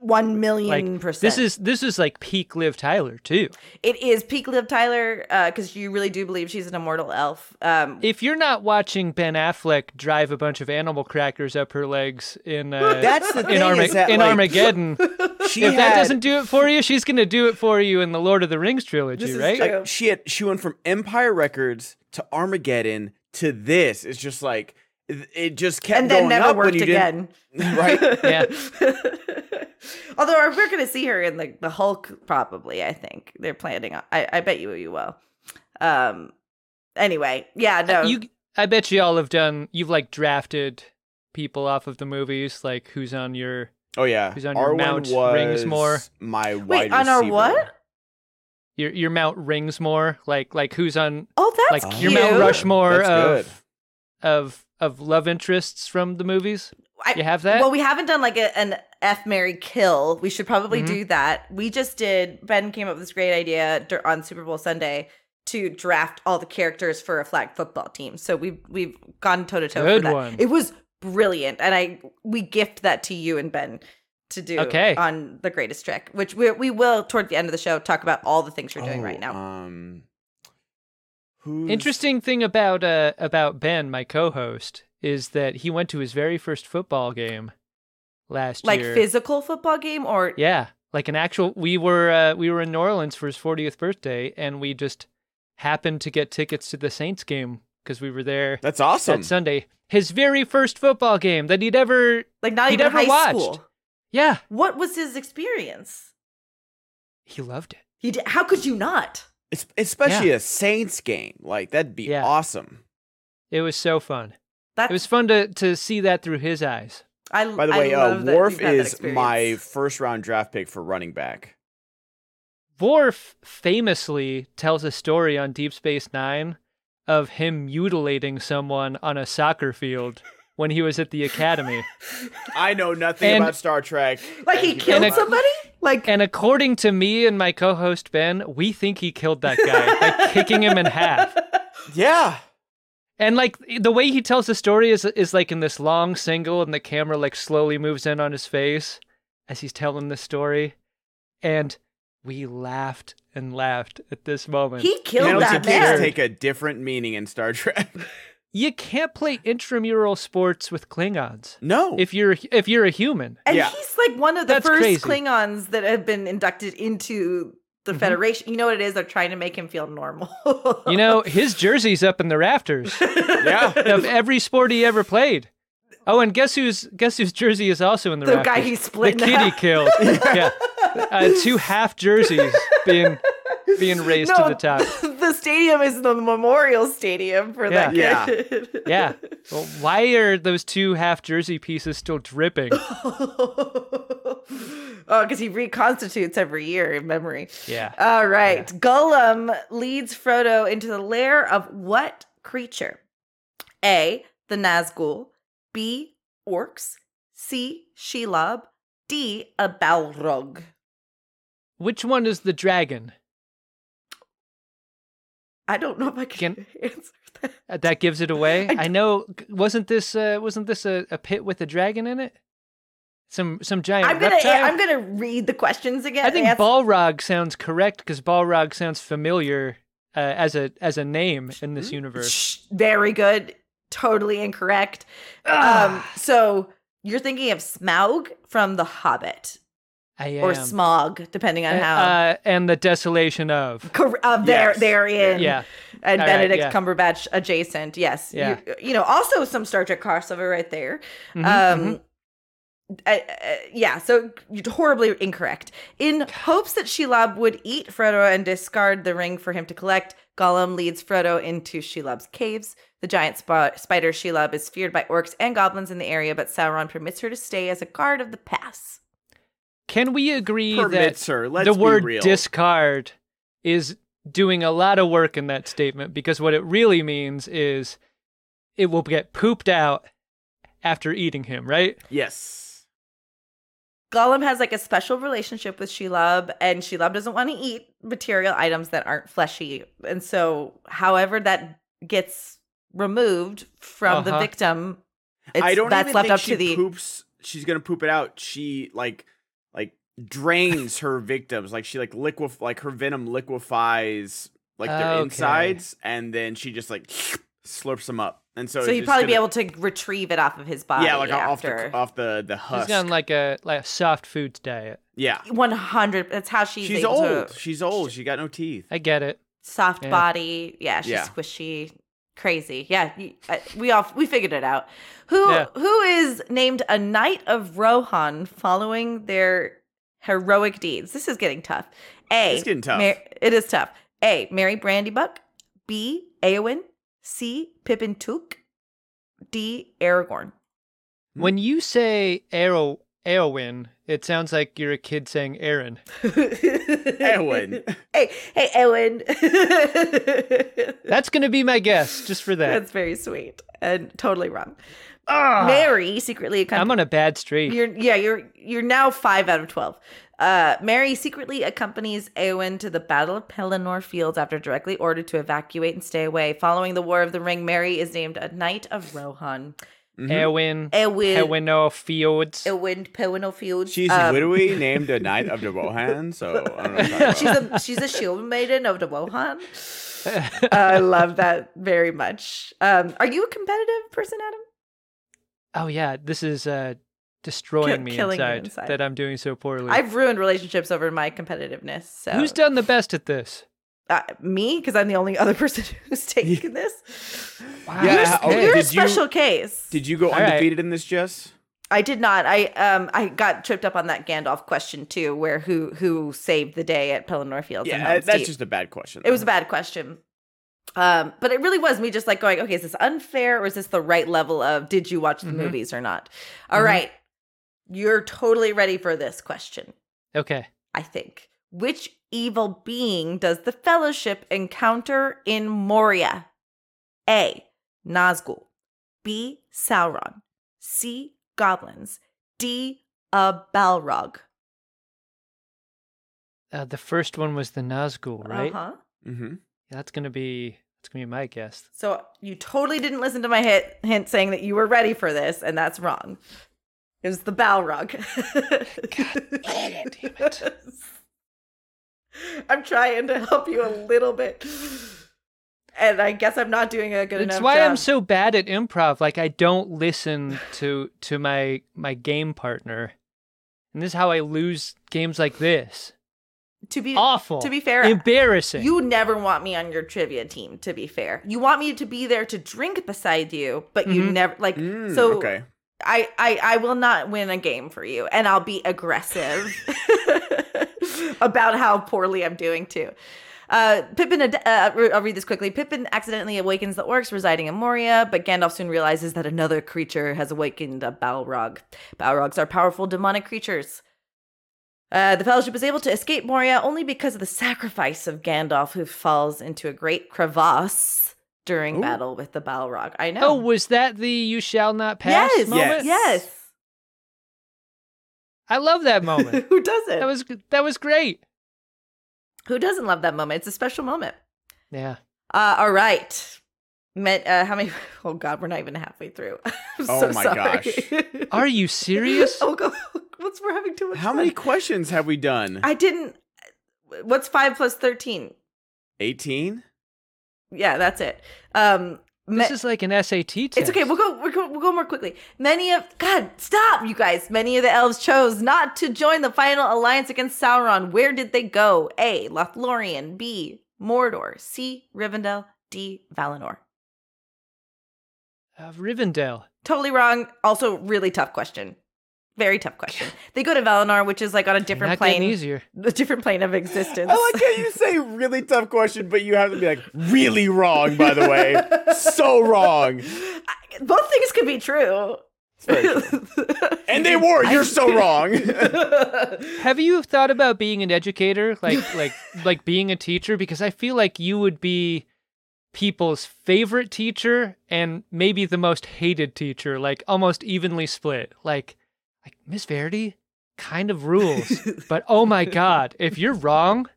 S1: One
S2: Like
S1: million percent.
S2: this is this is like peak Liv Tyler too.
S1: it is peak Liv Tyler because you really do believe she's an immortal elf. Um,
S2: If you're not watching Ben Affleck drive a bunch of animal crackers up her legs in uh,
S3: That's the
S2: in,
S3: thing
S2: Arma-
S3: is that,
S2: in
S3: like,
S2: Armageddon,
S3: She
S2: if that
S3: had-
S2: doesn't do it for you, she's gonna do it for you in the Lord of the Rings trilogy,
S1: This is
S2: right?
S1: true.
S3: like she had she went from Empire Records to Armageddon to this. It's just like it it just kept
S1: and then
S3: going
S1: never
S3: up when
S1: worked
S3: you didn't-
S1: again.
S3: right?
S2: Yeah.
S1: Although we're going to see her in like the Hulk, probably. I think they're planning. On, I, I bet you you will. Um. Anyway, yeah. No.
S2: Uh, You, I bet you all have done. You've like drafted people off of the movies, like who's on your
S3: Oh yeah,
S2: Who's on your mount, Ringsmore?
S3: was My
S1: Wait,
S3: wide
S1: on our
S3: receiver.
S1: what?
S2: your your Mount Ringsmore, like like who's on
S1: oh, that's
S2: like
S3: Oh.
S2: your
S1: cute.
S2: Mount Rushmore
S3: That's
S2: of
S3: good.
S2: of of love interests from the movies.
S1: I-
S2: you have that?
S1: Well, we haven't done like a, an F Mary kill. We should probably
S2: Mhm.
S1: do that. We just did. Ben came up with this great idea dur- on Super Bowl Sunday to draft all the characters for a flag football team. So we've we've gone toe to toe.
S2: Good
S1: for that.
S2: one.
S1: It was brilliant, and I we gift that to you and Ben to do
S2: Okay.
S1: on the greatest trick, which we we will toward the end of the show talk about all the things you're doing
S3: Oh,
S1: right now.
S3: Um, who's
S2: Interesting thing about uh about Ben, my co-host, is that he went to his very first football game last
S1: like
S2: year.
S1: physical football game or
S2: Yeah, like an actual. We were uh, we were in New Orleans for his 40th birthday, and we just happened to get tickets to the Saints game because we were there
S3: That's awesome.
S2: that Sunday. His very first football game that he'd ever.
S1: like not
S2: He'd
S1: even
S2: never
S1: high
S2: watched.
S1: school.
S2: Yeah,
S1: What was his experience?
S2: he loved it.
S1: He did, how could you not?
S3: It's, especially a Saints game. Like that'd be
S2: Yeah.
S3: awesome.
S2: It was so fun.
S1: That's
S2: It was fun to to see that through his eyes.
S1: I.
S3: By the way,
S1: I
S3: uh,
S1: love that
S3: Worf
S1: you've had that
S3: is my
S1: experience.
S3: first round draft pick for running back.
S2: Worf famously tells a story on Deep Space Nine of him mutilating someone on a soccer field when he was at the academy.
S3: I know nothing
S2: And-
S3: about Star Trek.
S1: Like he
S3: Thank you
S1: killed
S3: very much.
S1: somebody. Like
S2: and according to me and my co-host Ben, we think he killed that guy by kicking him in half.
S3: Yeah.
S2: And like the way he tells the story is is like in this long single, and the camera like slowly moves in on his face as he's telling the story, and we laughed and laughed at this moment.
S1: he killed
S3: Penalty
S1: that
S3: kicks
S1: man.
S3: take a different meaning in Star Trek.
S2: you can't play intramural sports with Klingons
S3: No.
S2: if you're if you're a human.
S1: And
S3: Yeah.
S1: he's like one of the
S2: That's
S1: first
S2: crazy.
S1: Klingons that have been inducted into the
S2: Mhm.
S1: Federation. You know what it is? They're trying to make him feel normal.
S2: You know his jersey's up in the rafters
S3: yeah.
S2: of every sport he ever played. Oh, and guess who's guess whose jersey is also in the
S1: the
S2: rafters?
S1: guy he
S2: the
S1: split. in
S2: kid he
S1: half.
S2: killed. yeah, uh, two half jerseys being being raised to the top.
S1: the stadium is the memorial stadium for that
S3: Yeah.
S1: kid.
S2: Yeah. Well, why are those two half jersey pieces still dripping?
S1: oh, because he reconstitutes every year in memory.
S2: Yeah.
S1: All right. Gollum leads Frodo into the lair of what creature? A. The Nazgul. B. Orcs. C. Shelob. D. A Balrog.
S2: Which one is the dragon?
S1: I don't know if I can, answer that.
S2: Uh, That gives it away.
S1: I
S2: I know. Wasn't this uh, wasn't this a, a pit with a dragon in it? Some some giant
S1: I'm gonna
S2: reptile.
S1: I'm gonna read the questions again.
S2: I think
S1: and answer-
S2: Balrog sounds correct because Balrog sounds familiar uh, as a as a name in
S1: Hmm?
S2: this universe.
S1: Shh, very good. Totally incorrect. Um,
S2: Ah,
S1: so you're thinking of Smaug from The Hobbit
S2: I am.
S1: or Smog, depending on
S2: Uh,
S1: how.
S2: uh, and the desolation of.
S1: Cor- uh, there,
S3: Yes.
S1: therein,
S3: Um,
S2: Yeah.
S1: and
S2: All right,
S1: Benedict
S2: yeah.
S1: Cumberbatch adjacent. Yes, You-
S2: Yeah.
S1: you, know, also some Star Trek crossover right there.
S2: Mhm, mhm.
S1: um, I- I- yeah, so you're horribly incorrect. In hopes that Shelob would eat Frodo and discard the ring for him to collect, Gollum leads Frodo into Shelob's caves. The giant sp- spider Shelob is feared by orcs and goblins in the area, but Sauron permits her to stay as a guard of the pass.
S2: Can we agree that
S3: Permits her. Let's
S2: the
S3: be
S2: word
S3: real.
S2: discard is doing a lot of work in that statement because what it really means is it will get pooped out after eating him, right?
S3: yes.
S1: Gollum has like a special relationship with Shelob, and Shelob doesn't want to eat material items that aren't fleshy. And so, however, that gets removed from the
S2: Uh-huh.
S1: victim, it's,
S3: I don't
S1: that's
S3: even
S1: left
S3: think
S1: up
S3: she
S1: to the.
S3: poops. She's gonna poop it out. She like like drains her victims. Like she like liquef like her venom liquefies like their
S2: Okay.
S3: insides, and then she just like slurps them up. And so
S1: So,
S3: it's
S1: he'd
S3: just
S1: probably be
S3: gonna-
S1: able to retrieve it off of his body.
S3: yeah, like off
S1: after.
S3: the off the the
S2: He's
S3: husk.
S2: got like a like a soft foods diet.
S3: yeah,
S1: One hundred. That's how she's.
S3: she's
S1: able
S3: old.
S1: To,
S3: She's old. She got no teeth.
S2: I get it.
S1: soft
S2: Yeah.
S1: body. Yeah, she's
S3: Yeah.
S1: squishy, crazy. Yeah, you- I- we all we figured it out. Who
S2: Yeah.
S1: who is named a knight of Rohan following their heroic deeds? This is getting tough. A.
S3: It's getting tough.
S1: Mar- it is tough. A. Mary Brandybuck. B. Eowyn. C. Pippin Took. D. Aragorn.
S3: Hmm.
S2: When you say arrow Eowyn, it sounds like you're a kid saying Aaron.
S1: Eowyn.
S3: Eowyn.
S1: Hey, hey, Eowyn.
S2: That's gonna be my guess, just for that.
S1: That's very sweet and totally wrong.
S2: Ah,
S1: Mary secretly
S2: I'm
S1: accompanied.
S2: on a bad streak.
S1: You're, yeah, you're you're now five out of twelve. Uh, Mary secretly accompanies Eowyn to the Battle of Pelennor Fields after directly ordered to evacuate and stay away. Following the War of the Ring, Mary is named a Knight of Rohan.
S3: Mhm.
S2: Eowyn,
S1: Eowyn,
S2: Eowyn Fields.
S1: Eowyn Pelennor Fields.
S3: She's
S1: um,
S3: widowy, named a knight of the Bohan, so I don't know. What I'm talking
S1: She's
S3: about.
S1: a she's a shield maiden of the Rohan. I love that very much. Um, are you a competitive person, Adam?
S2: Oh yeah, this is uh destroying
S1: Kill-
S2: me
S1: killing you
S2: inside,
S1: inside.
S2: that I'm doing so poorly.
S1: I've ruined relationships over my competitiveness. So
S2: Who's done the best at this?
S1: uh, me because I'm the only other person who's taking this.
S2: Wow.
S1: You're,
S3: Yeah,
S1: s-
S3: oh,
S1: you're a
S3: did you-
S1: special case.
S3: Did you go
S2: All right.
S3: undefeated in this, Jess?
S1: I did not. I um I got tripped up on that Gandalf question too, where who who saved the day at Pelennor Fields? and
S3: yeah,
S1: Helm's
S3: that's
S1: Oh, Deep.
S3: just a bad question.
S1: it was a
S3: though.
S1: bad question. Um, but it really was me just like going, okay, is this unfair or is this the right level of did you watch the
S3: Mm-hmm.
S2: Mhm.
S1: movies or not? All
S2: Mhm.
S1: right. you're totally ready for this question.
S2: Okay.
S1: I think. Which evil being does the Fellowship encounter in Moria? A. Nazgul. B. Sauron. C. Goblins. D. A Balrog.
S2: Uh, the first one was the Nazgul, right?
S1: Uh-huh.
S3: Mhm.
S2: That's gonna be that's gonna be my guess.
S1: So you totally didn't listen to my hit, hint saying that you were ready for this, and that's wrong. It was the Balrog. God
S2: damn it, damn it.
S1: I'm trying to help you a little bit. And I guess I'm not doing a good
S2: It's
S1: enough
S2: why
S1: job.
S2: I'm so bad at improv. Like I don't listen to to my my game partner, and this is how I lose games like this.
S1: to be
S2: Awful.
S1: to be fair,
S2: embarrassing.
S1: you never want me on your trivia team, to be fair. You want me to be there to drink beside you, but you
S2: Mhm.
S1: never like
S3: Mm,
S1: so
S3: okay.
S1: I, I I will not win a game for you, and I'll be aggressive about how poorly I'm doing too. Uh, Pippin, ad- uh, re- I'll read this quickly. Pippin accidentally awakens the orcs residing in Moria, but Gandalf soon realizes that another creature has awakened a Balrog. Balrogs are powerful demonic creatures. Uh, the Fellowship is able to escape Moria only because of the sacrifice of Gandalf, who falls into a great crevasse during
S3: Ooh.
S1: battle with the Balrog. I know.
S2: Oh, was that the "You shall not pass"
S1: yes,
S2: moment?
S3: Yes.
S1: yes.
S2: I love that moment.
S1: Who doesn't?
S2: that was that was great.
S1: Who doesn't love that moment? It's a special moment.
S2: Yeah.
S1: Uh, all right. Met, uh, how many? Oh God, we're not even halfway through. I'm
S3: Oh
S1: so
S3: my
S1: sorry.
S3: gosh.
S2: Are you serious?
S1: oh God, what's we're having too much?
S3: How
S1: fun.
S3: many questions have we done?
S1: I didn't. What's five plus thirteen?
S3: 18?
S1: Yeah, that's it. Um, me-
S2: This is like an SAT test.
S1: it's okay. We'll go, we'll go. We'll go more quickly. Many of God, stop, you guys. Many of the elves chose not to join the final alliance against Sauron. Where did they go? A. Lothlorien. B. Mordor. C. Rivendell. D. Valinor.
S2: Uh, Rivendell.
S1: Totally wrong. Also, really tough question. Very tough question. They go to Valinor, which is like on a different
S2: Not Oh,
S1: plane,
S2: getting easier.
S1: a different plane of
S3: I
S1: existence.
S3: like how you say really tough question, but you have to be like, really wrong, by the way. So wrong.
S1: I- Both things could be true.
S3: very And they were, you're so wrong.
S2: Have you thought about being an educator, like like like being a teacher? Because I feel like you would be people's favorite teacher and maybe the most hated teacher, like almost evenly split. Like like Miss Verity kind of rules, but oh my god, if you're wrong,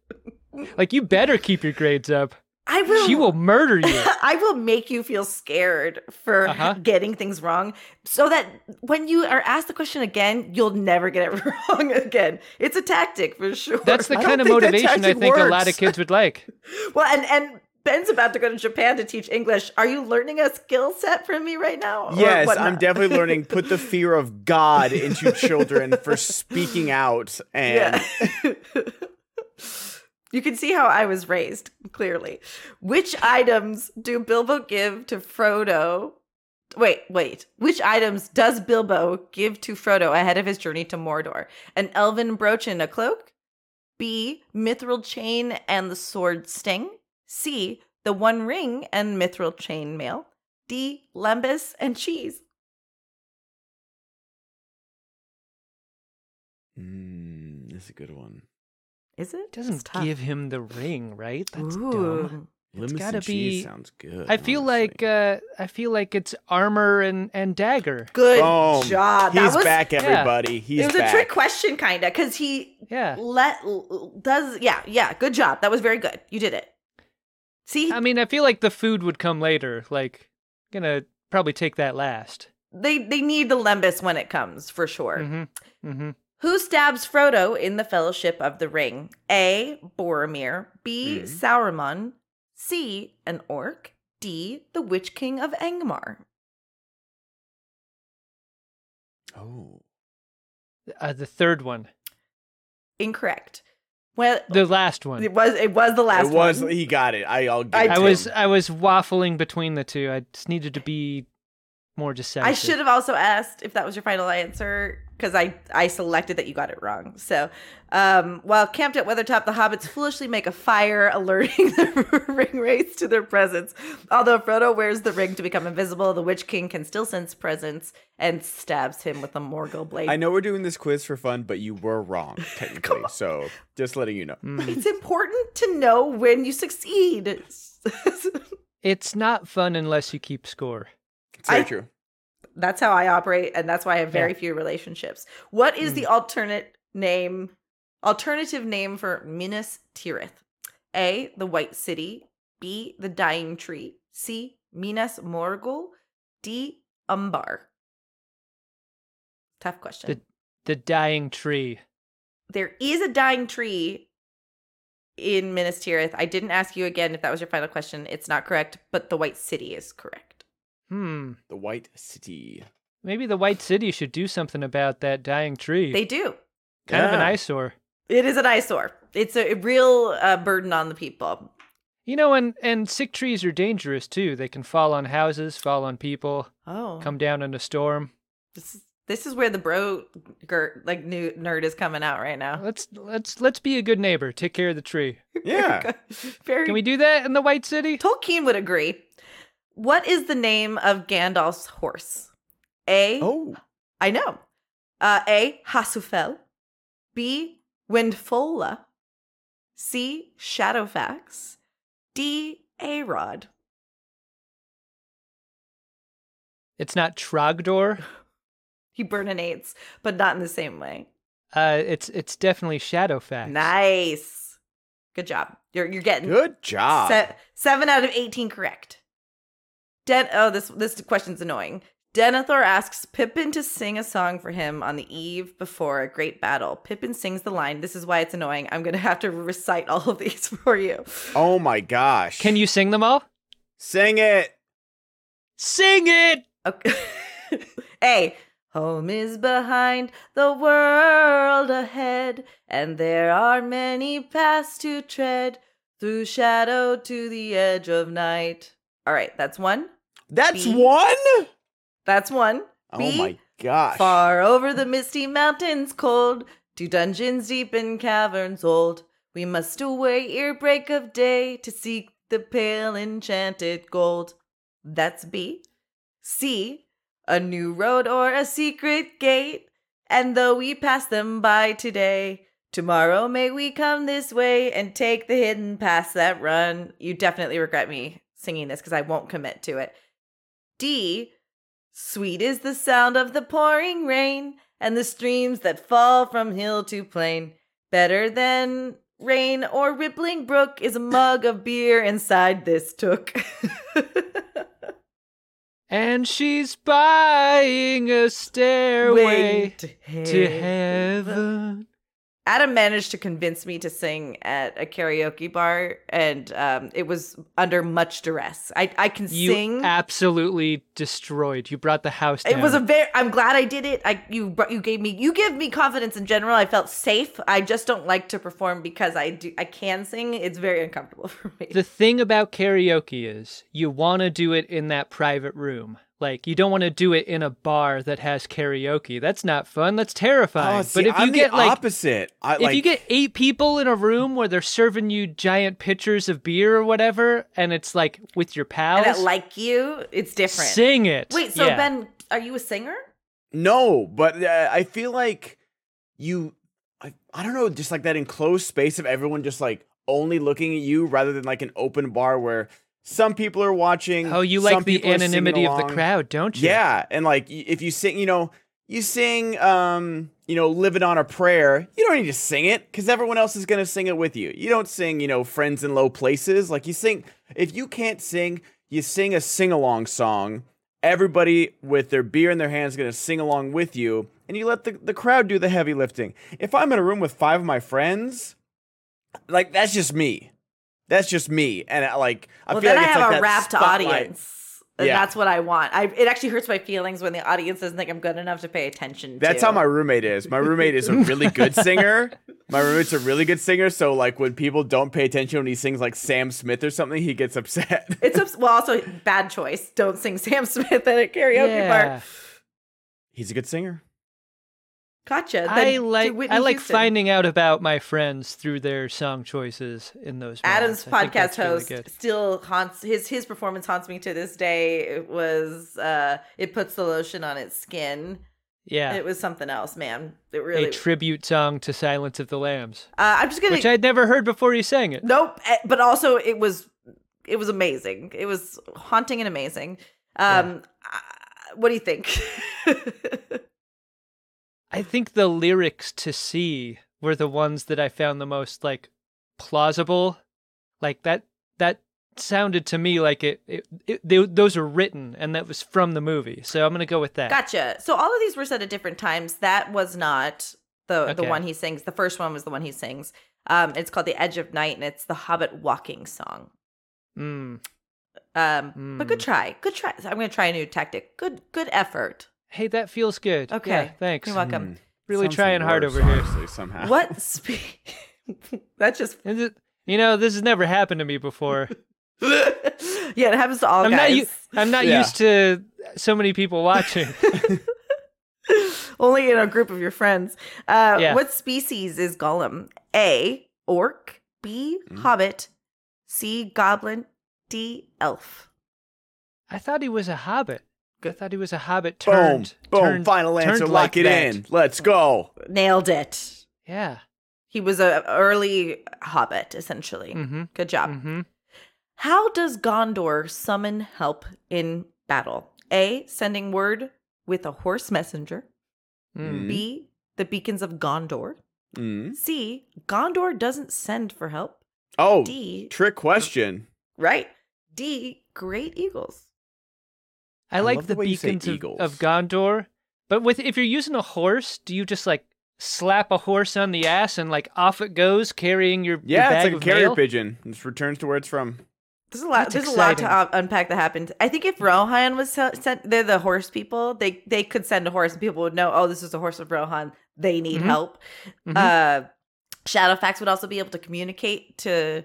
S2: like you better keep your grades up.
S1: I will.
S2: She will murder you.
S1: I will make you feel scared for
S2: Uh-huh.
S1: getting things wrong, so that when you are asked the question again, you'll never get it wrong again. It's a tactic for sure.
S2: That's the
S3: I
S2: kind
S3: don't
S2: of
S3: think that
S2: motivation I
S3: tactic
S2: think a lot of
S3: works.
S2: kids would like.
S1: well, and and Ben's about to go to Japan to teach English. Are you learning a skill set from me right now? or
S3: Yes,
S1: whatnot?
S3: I'm definitely learning put the fear of God into children for speaking out and
S1: Yeah. you can see how I was raised, clearly. Which items do Bilbo give to Frodo? Wait, wait. Which items does Bilbo give to Frodo ahead of his journey to Mordor? An elven brooch and a cloak? B. Mithril chain and the sword sting? C. The one ring and mithril chain mail? D. Lembas and cheese?
S3: Mm, that's a good one.
S1: Is it?
S2: It doesn't
S1: It's tough.
S2: give him the ring, right? That's
S1: Ooh.
S2: dumb.
S3: Lemons
S2: gotta
S3: and cheese
S2: be-
S3: sounds good.
S2: I feel like
S3: honestly.
S2: uh, I feel like it's armor and, and dagger.
S1: Good
S3: Boom.
S1: job.
S3: Oh, he's
S1: that was
S3: back, everybody. He's
S1: it was
S3: back.
S1: a trick question kind of because he
S2: Yeah.
S1: let does yeah yeah good job that was very good you did it see
S2: I mean, I feel like the food would come later. Like, gonna probably take that last.
S1: they they need the lembus when it comes for sure
S2: Mm-hmm. Mm-hmm.
S1: who stabs frodo in the fellowship of the ring a boromir b
S3: Mhm.
S1: sauron c an orc d the witch king of angmar
S3: Oh.
S2: Uh, the third one,
S1: incorrect well
S2: the last one.
S1: it was it was the last
S3: it was.
S1: one.
S3: He got it. I, I'll give
S1: I
S3: it
S2: I
S3: to
S2: was
S3: him.
S2: I was waffling between the two. I just needed to be more decisive.
S1: I should have also asked if that was your final answer because I, I selected that you got it wrong. So, um, while camped at Weathertop, the hobbits foolishly make a fire, alerting the ring race to their presence. Although Frodo wears the ring to become invisible, the Witch King can still sense presence and stabs him with a Morgul blade.
S3: I know we're doing this quiz for fun, but you were wrong technically. so just letting you know.
S2: Mm.
S1: It's important to know when you succeed.
S2: It's not fun unless you keep score.
S3: It's very
S1: I-
S3: true.
S1: that's how I operate, and that's why I have very few relationships. What is the alternate name, alternative name for Minas Tirith? A. The White City. B. The Dying Tree. C. Minas Morgul. D. Umbar. Tough question.
S2: The- The dying tree.
S1: there is a dying tree in Minas Tirith. I didn't ask you again if that was your final question. It's not correct, but the White City is correct.
S2: Hmm.
S3: The White City.
S2: Maybe the White City should do something about that dying tree.
S1: They do.
S2: kind of an
S3: Yeah.
S2: eyesore.
S1: It is an eyesore. It's a real uh, burden on the people.
S2: You know, and and sick trees are dangerous too. They can fall on houses, fall on people,
S1: Oh,
S2: come down in a storm.
S1: this is this is where the bro gert like new nerd is coming out right now.
S2: Let's let's let's be a good neighbor. Take care of the tree.
S3: Yeah.
S1: Very
S2: Can we do that in the White City?
S1: Tolkien would agree. What is the name of Gandalf's horse? A. I
S3: Oh.
S1: know. Uh, A. Hasufel. B. Windfola. C. Shadowfax. D. Arod.
S2: It's not Trogdor.
S1: He burninates, but not in the same way.
S2: Uh, it's it's definitely Shadowfax.
S1: Nice. Good job. You're you're getting
S3: Good job.
S1: Se- seven out of eighteen correct. Den- oh, this this question's annoying. Denethor asks Pippin to sing a song for him on the eve before a great battle. Pippin sings the line. This is why it's annoying. I'm gonna have to recite all of these for you.
S3: Oh my gosh.
S2: Can you sing them all?
S3: sing it?
S2: Sing it.
S1: Okay. a. Home is behind, the world ahead, and there are many paths to tread through shadow to the edge of night. All right, that's one.
S3: That's
S1: B.
S3: one?
S1: That's one.
S3: Oh
S1: B.
S3: my gosh.
S1: Far over the misty mountains cold, to dungeons deep in caverns old, we must away ere break of day to seek the pale enchanted gold. That's B. C. A new road or a secret gate, and though we pass them by today, tomorrow may we come this way and take the hidden paths that run. You definitely regret me singing this because I won't commit to it. D. Sweet is the sound of the pouring rain and the streams that fall from hill to plain. Better than rain or rippling brook is a mug of beer inside this took.
S2: And she's buying a stairway
S1: Wait.
S2: to heaven.
S1: Adam managed to convince me to sing at a karaoke bar, and um, it was under much duress. I, I can
S2: You
S1: sing.
S2: absolutely destroyed. You brought the house
S1: It
S2: down.
S1: was a very. I'm glad I did it. I you br- you gave me you give me confidence in general. I felt safe. I just don't like to perform because I do I can sing. It's very uncomfortable for me.
S2: The thing about karaoke is you want to do it in that private room. Like you don't want to do it in a bar that has karaoke. That's not fun. That's terrifying.
S3: Oh, see,
S2: but if
S3: I'm
S2: you
S3: the
S2: get like
S3: opposite. I,
S2: if
S3: like,
S2: you get 8 people in a room where they're serving you giant pitchers of beer or whatever and it's like with your pals
S1: and I like you. It's different.
S2: sing it.
S1: Wait, so
S2: Yeah.
S1: Ben, are you a singer?
S3: No, but uh, I feel like you. I, I don't know, just like that enclosed space of everyone just like only looking at you rather than like an open bar where some people are watching.
S2: Oh, you
S3: some
S2: like the
S3: people are singing
S2: anonymity of the
S3: along.
S2: crowd, don't you?
S3: Yeah, and like y- if you sing, you know, you sing, um, you know, "Living on a Prayer." You don't need to sing it because everyone else is gonna sing it with you. You don't sing, you know, "Friends in Low Places." Like you sing, if you can't sing, you sing a sing along song. Everybody with their beer in their hands is gonna sing along with you, and you let the, the crowd do the heavy lifting. If I'm in a room with five of my friends, like that's just me. That's just me, and I, like I
S1: well,
S3: feel
S1: then
S3: like
S1: I
S3: it's
S1: have
S3: like
S1: a
S3: that
S1: rapt
S3: spotlight.
S1: audience. And
S3: Yeah.
S1: that's what I want. I it actually hurts my feelings when the audience doesn't think I'm good enough to pay attention.
S3: That's
S1: to.
S3: how my roommate is. My roommate is a really good singer, My roommate's a really good singer, so like when people don't pay attention when he sings like Sam Smith or something, he gets upset.
S1: It's ups- well, also bad choice. Don't sing Sam Smith at a karaoke bar.
S3: He's a good singer.
S1: Gotcha. Then
S2: I
S1: do
S2: like
S1: Whitney
S2: I like
S1: Houston.
S2: finding out about my friends through their song choices in those.
S1: Adam's
S2: rounds. I think
S1: podcast
S2: that's really
S1: host
S2: good.
S1: still haunts his his performance haunts me to this day. It was uh it puts the lotion on its skin.
S2: Yeah,
S1: It was something else, man. It really.
S2: a tribute song to Silence of the Lambs,
S1: uh, I'm just gonna.
S2: which I'd never heard before he sang it.
S1: Nope. eh, But also, it was it was amazing. It was haunting and amazing. Um, I- what do you think?
S2: I think the lyrics to "See" were the ones that I found the most like plausible. Like that that sounded to me like it, it, it they, those are written and that was from the movie. So I'm gonna go with that.
S1: gotcha. So all of these were said at different times. That was not the the
S2: Okay.
S1: one he sings. The first one was the one he sings. Um, it's called "The Edge of Night" and it's the Hobbit walking song.
S2: Mm.
S1: Um, but good
S2: Mm.
S1: try, good try. I'm gonna try a new tactic. Good, good effort.
S2: Hey, that feels good.
S1: Okay.
S2: Yeah, thanks.
S1: You're welcome.
S3: Hmm.
S2: Really
S3: Sounds
S2: trying
S3: the
S2: hard
S3: worst,
S2: over here.
S3: honestly,
S2: Hmm.
S3: somehow.
S1: What speed? That's just.
S2: Is it- you know, this has never happened to me before.
S1: yeah, it happens to all
S2: I'm not
S1: guys.
S2: u- I'm not
S3: Yeah.
S2: used to so many people watching.
S1: Only in a group of your friends. Uh,
S2: Yeah.
S1: What species is Gollum? A. Orc. B.
S2: Hmm?
S3: Mm.
S1: Hobbit. C. Goblin. D. Elf.
S2: I thought he was a hobbit. I
S1: Good.
S2: thought he was a hobbit
S3: Boom,
S2: turned.
S3: boom,
S2: turned-
S3: final answer,
S2: turned
S3: lock
S2: like
S3: it
S2: that.
S3: in. Let's go.
S1: Nailed it.
S2: Yeah.
S1: He was a early Hobbit, essentially.
S2: Mm-hmm.
S1: Good job.
S2: Mm-hmm.
S1: How does Gondor summon help in battle? A. Sending word with a horse messenger.
S2: Mm.
S3: Mm.
S1: B. The beacons of Gondor.
S2: Mm-hmm.
S3: Mm.
S1: C. Gondor doesn't send for help.
S3: Oh,
S1: D.
S3: trick question.
S1: Right. D. Great eagles.
S2: I,
S3: I
S2: like
S3: love
S2: the,
S3: the way you say
S2: beacons of,
S3: eagles.
S2: of Gondor, but with if you're using a horse, do you just like slap a horse on the ass and like off it goes carrying your, your
S3: Yeah, it's
S2: bag
S3: like a
S2: of
S3: carrier
S2: mail?
S3: pigeon. It just returns to where it's from.
S1: There's a lot.
S2: That's
S1: there's a lot to uh,
S2: exciting.
S1: unpack that happened. I think if Rohan was se- sent, they're the horse people. They they could send a horse, and people would know. Oh, this is a horse of Rohan. They need
S2: Mhm.
S1: help.
S2: Mhm.
S3: Mm-hmm.
S1: Uh, Shadowfax would also be able to communicate to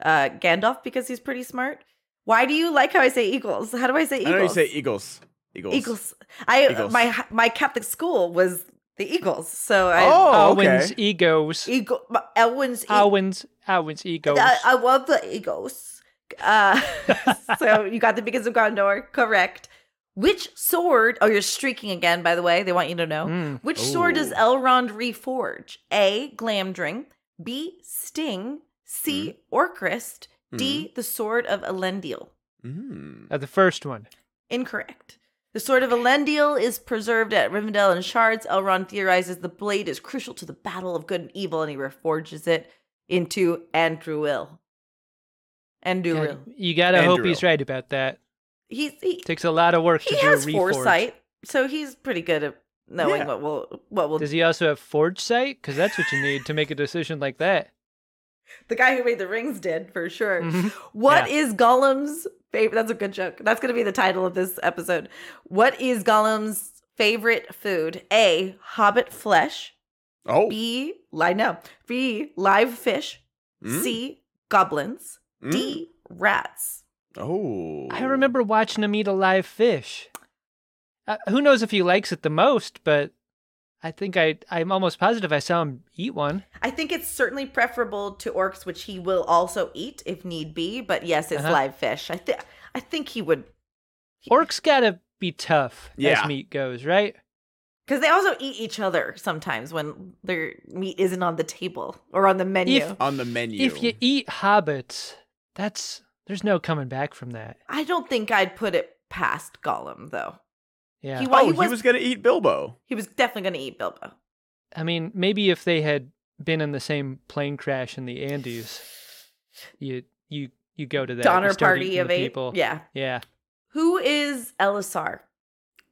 S1: uh, Gandalf because he's pretty smart. Why do you like how I say eagles? How do I say
S3: I
S1: eagles?
S3: know you say eagles. Eagles.
S1: Eagles. I uh,
S3: Eagles.
S1: my my Catholic school was the Eagles, so I
S3: Oh, okay.
S2: Owen's egos.
S1: eagle my- Elwin's e-
S2: Owen's Owen's egos.
S1: I, I love the Eagles. Uh, so you got the Beacons of Gondor correct. Which sword? Oh, you're streaking again, by the way. They want you to know.
S2: Mm.
S1: Which sword does
S3: Ooh.
S1: Elrond reforge? A. Glamdring. B. Sting. C.
S2: Hmm.
S1: Orcrist. D. The sword of Elendil.
S3: Mm.
S2: Uh, the first one.
S1: Incorrect. The sword of Elendil is preserved at Rivendell in shards. Elrond theorizes the blade is crucial to the battle of good and evil, and he reforges it into Andruil.
S2: Yeah,
S1: Anduril.
S2: you gotta hope
S3: Andrew.
S2: he's right about that.
S1: He's he,
S2: Takes a lot of work
S1: he
S2: to do
S1: has
S2: a reforge.
S1: foresight, so he's pretty good at knowing
S3: Yeah.
S1: what will what will.
S2: Does he also have forge sight? Because that's what you need to make a decision like that.
S1: The guy who made the rings did for sure.
S2: Mhm.
S1: What is Gollum's favorite? That's a good joke. That's going to be the title of this episode. What is Gollum's favorite food? A. Hobbit flesh.
S3: Oh.
S1: B. Lie no. B. Live fish.
S3: Mm.
S1: C. Goblins.
S3: Mm.
S1: D. Rats.
S3: Oh.
S2: I remember watching him eat a live fish. Uh, who knows if he likes it the most, but I think I, I'm almost positive I saw him eat one.
S1: I think it's certainly preferable to orcs, which he will also eat if need be. But yes, it's
S2: Uh-huh.
S1: live fish. I think I think he would
S2: Orcs gotta be tough
S3: Yeah.
S2: as meat goes, right?
S1: because they also eat each other sometimes when their meat isn't on the table or on the menu.
S3: On the menu.
S2: If you eat hobbits, that's there's no coming back from that.
S1: I don't think I'd put it past Gollum though.
S2: Yeah.
S1: He,
S3: oh,
S1: well, he, was, he was
S3: going to eat Bilbo.
S1: definitely going to eat Bilbo.
S2: I mean, maybe if they had been in the same plane crash in the Andes, you you you go to that you
S1: Donner
S2: start
S1: party
S2: eating
S1: of
S2: the
S1: eight.
S2: people.
S1: Yeah.
S2: yeah.
S1: Who is Elisar?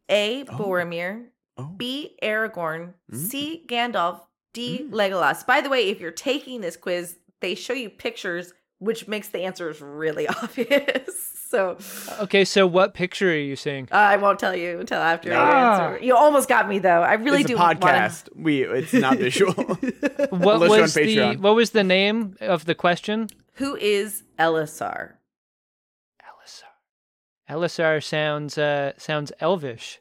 S1: A.
S3: Oh.
S1: Boromir.
S3: Oh.
S1: B. Aragorn.
S3: Mm.
S1: C. Gandalf. D.
S3: Mm.
S1: Legolas. By the way, if you're taking this quiz, they show you pictures, which makes the answers really obvious. So
S2: Okay, so what picture are you seeing?
S1: uh, I won't tell you until after
S2: Ah.
S1: I answer. You almost got me though. I really
S3: it's
S1: do
S3: a
S1: wanna-
S3: podcast. We it's not visual.
S2: What
S3: Unless you're on
S2: was the
S3: Patreon.
S2: what was the name of the question?
S1: Who is LSR?
S2: LSR. LSR sounds uh, sounds elvish.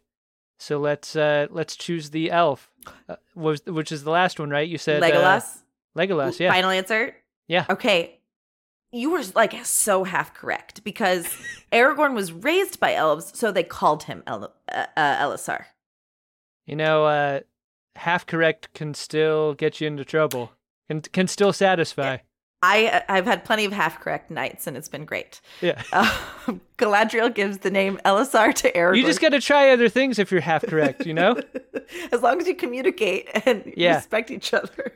S2: So let's uh, let's choose the elf, uh, was which is the last one, right? You said uh,
S1: Legolas.
S2: Legolas, yeah.
S1: Final answer.
S2: Yeah.
S1: Okay. You were like so half correct because Aragorn was raised by elves, so they called him El- uh, uh, LSR.
S2: You know, uh, half correct can still get you into trouble. Can can still satisfy.
S1: I uh, I've had plenty of half correct nights, and it's been great.
S2: Yeah.
S1: Um, Galadriel gives the name LSR to Aragorn.
S2: You just got to try other things if you're half correct, you know?
S1: as long as you communicate and
S2: Yeah.
S1: respect each other.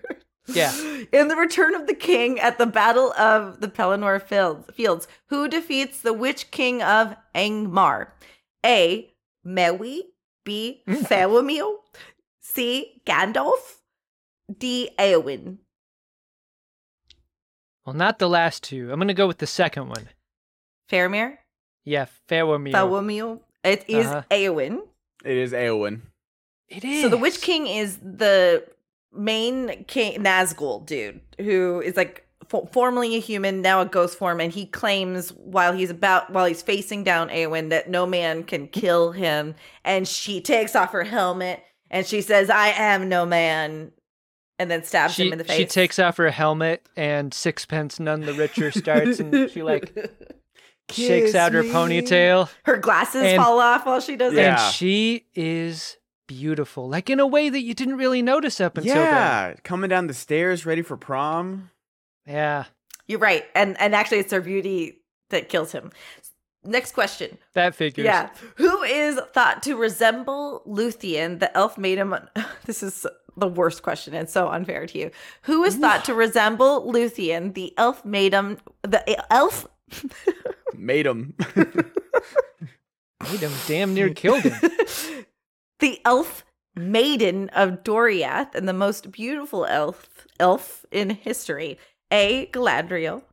S2: Yeah.
S1: In the Return of the King at the Battle of the Pelennor Fields, Fields who defeats the Witch King of Angmar? A. Mewi. B.
S2: Mm.
S1: Faramir. C. Gandalf. D. Eowyn.
S2: Well, not the last two. I'm going to go with the second one.
S1: Faramir?
S2: Yeah, Faramir.
S1: Faramir? It is
S2: Uh-huh.
S1: Eowyn.
S3: it is Aowen.
S2: It is.
S1: So the Witch King is the main king Nazgul dude who is like fo- formerly a human, now a ghost form, and he claims while he's about while he's facing down Aowen that no man can kill him. And she takes off her helmet and she says, "I am no man," and then stabs
S2: she,
S1: him in the face.
S2: she takes off her helmet and sixpence none the richer starts and she like shakes
S3: Kiss
S2: out her
S3: me.
S2: ponytail
S1: her glasses
S2: and-
S1: fall off while she does
S3: Yeah.
S1: it.
S2: and she is beautiful like in a way that you didn't really notice up until
S3: yeah, coming down the stairs, ready for prom.
S2: then yeah
S1: You're right, and and actually, it's her beauty that kills him. Next question.
S2: that figures
S1: Yeah. Who is thought to resemble Luthien, the elf maiden? This is the worst question and so unfair to you. Who is thought to resemble Luthien, the elf maiden, the elf?
S3: Made him.
S2: Made him damn near killed him
S1: the elf maiden of Doriath and the most beautiful elf elf in history. A. Galadriel,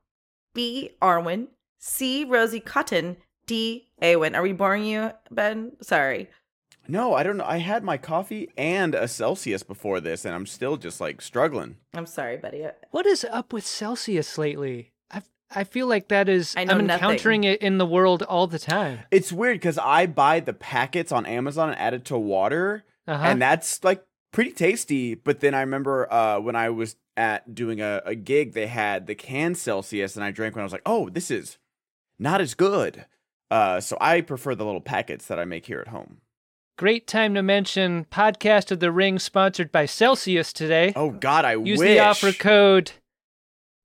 S1: B. Arwen, C. Rosie Cotton, D. Awen. Are we boring you, Ben? Sorry.
S3: no, I don't know. I had my coffee and a Celsius before this, and I'm still just like struggling.
S1: I'm sorry, buddy.
S2: what is up with celsius lately i i feel like that is
S1: I know
S2: i'm
S1: nothing.
S2: encountering it in the world all the time
S3: It's weird because I buy the packets on Amazon and add it to water,
S2: uh-huh
S3: and that's like pretty tasty. But then I remember uh, when I was at doing a, a gig, they had the canned Celsius, and I drank one. I was like, oh, this is not as good. Uh, so I prefer the little packets that I make here at home.
S2: great time to mention podcast of the ring sponsored by celsius today
S3: Oh God, I
S2: Use
S3: wish.
S2: the offer code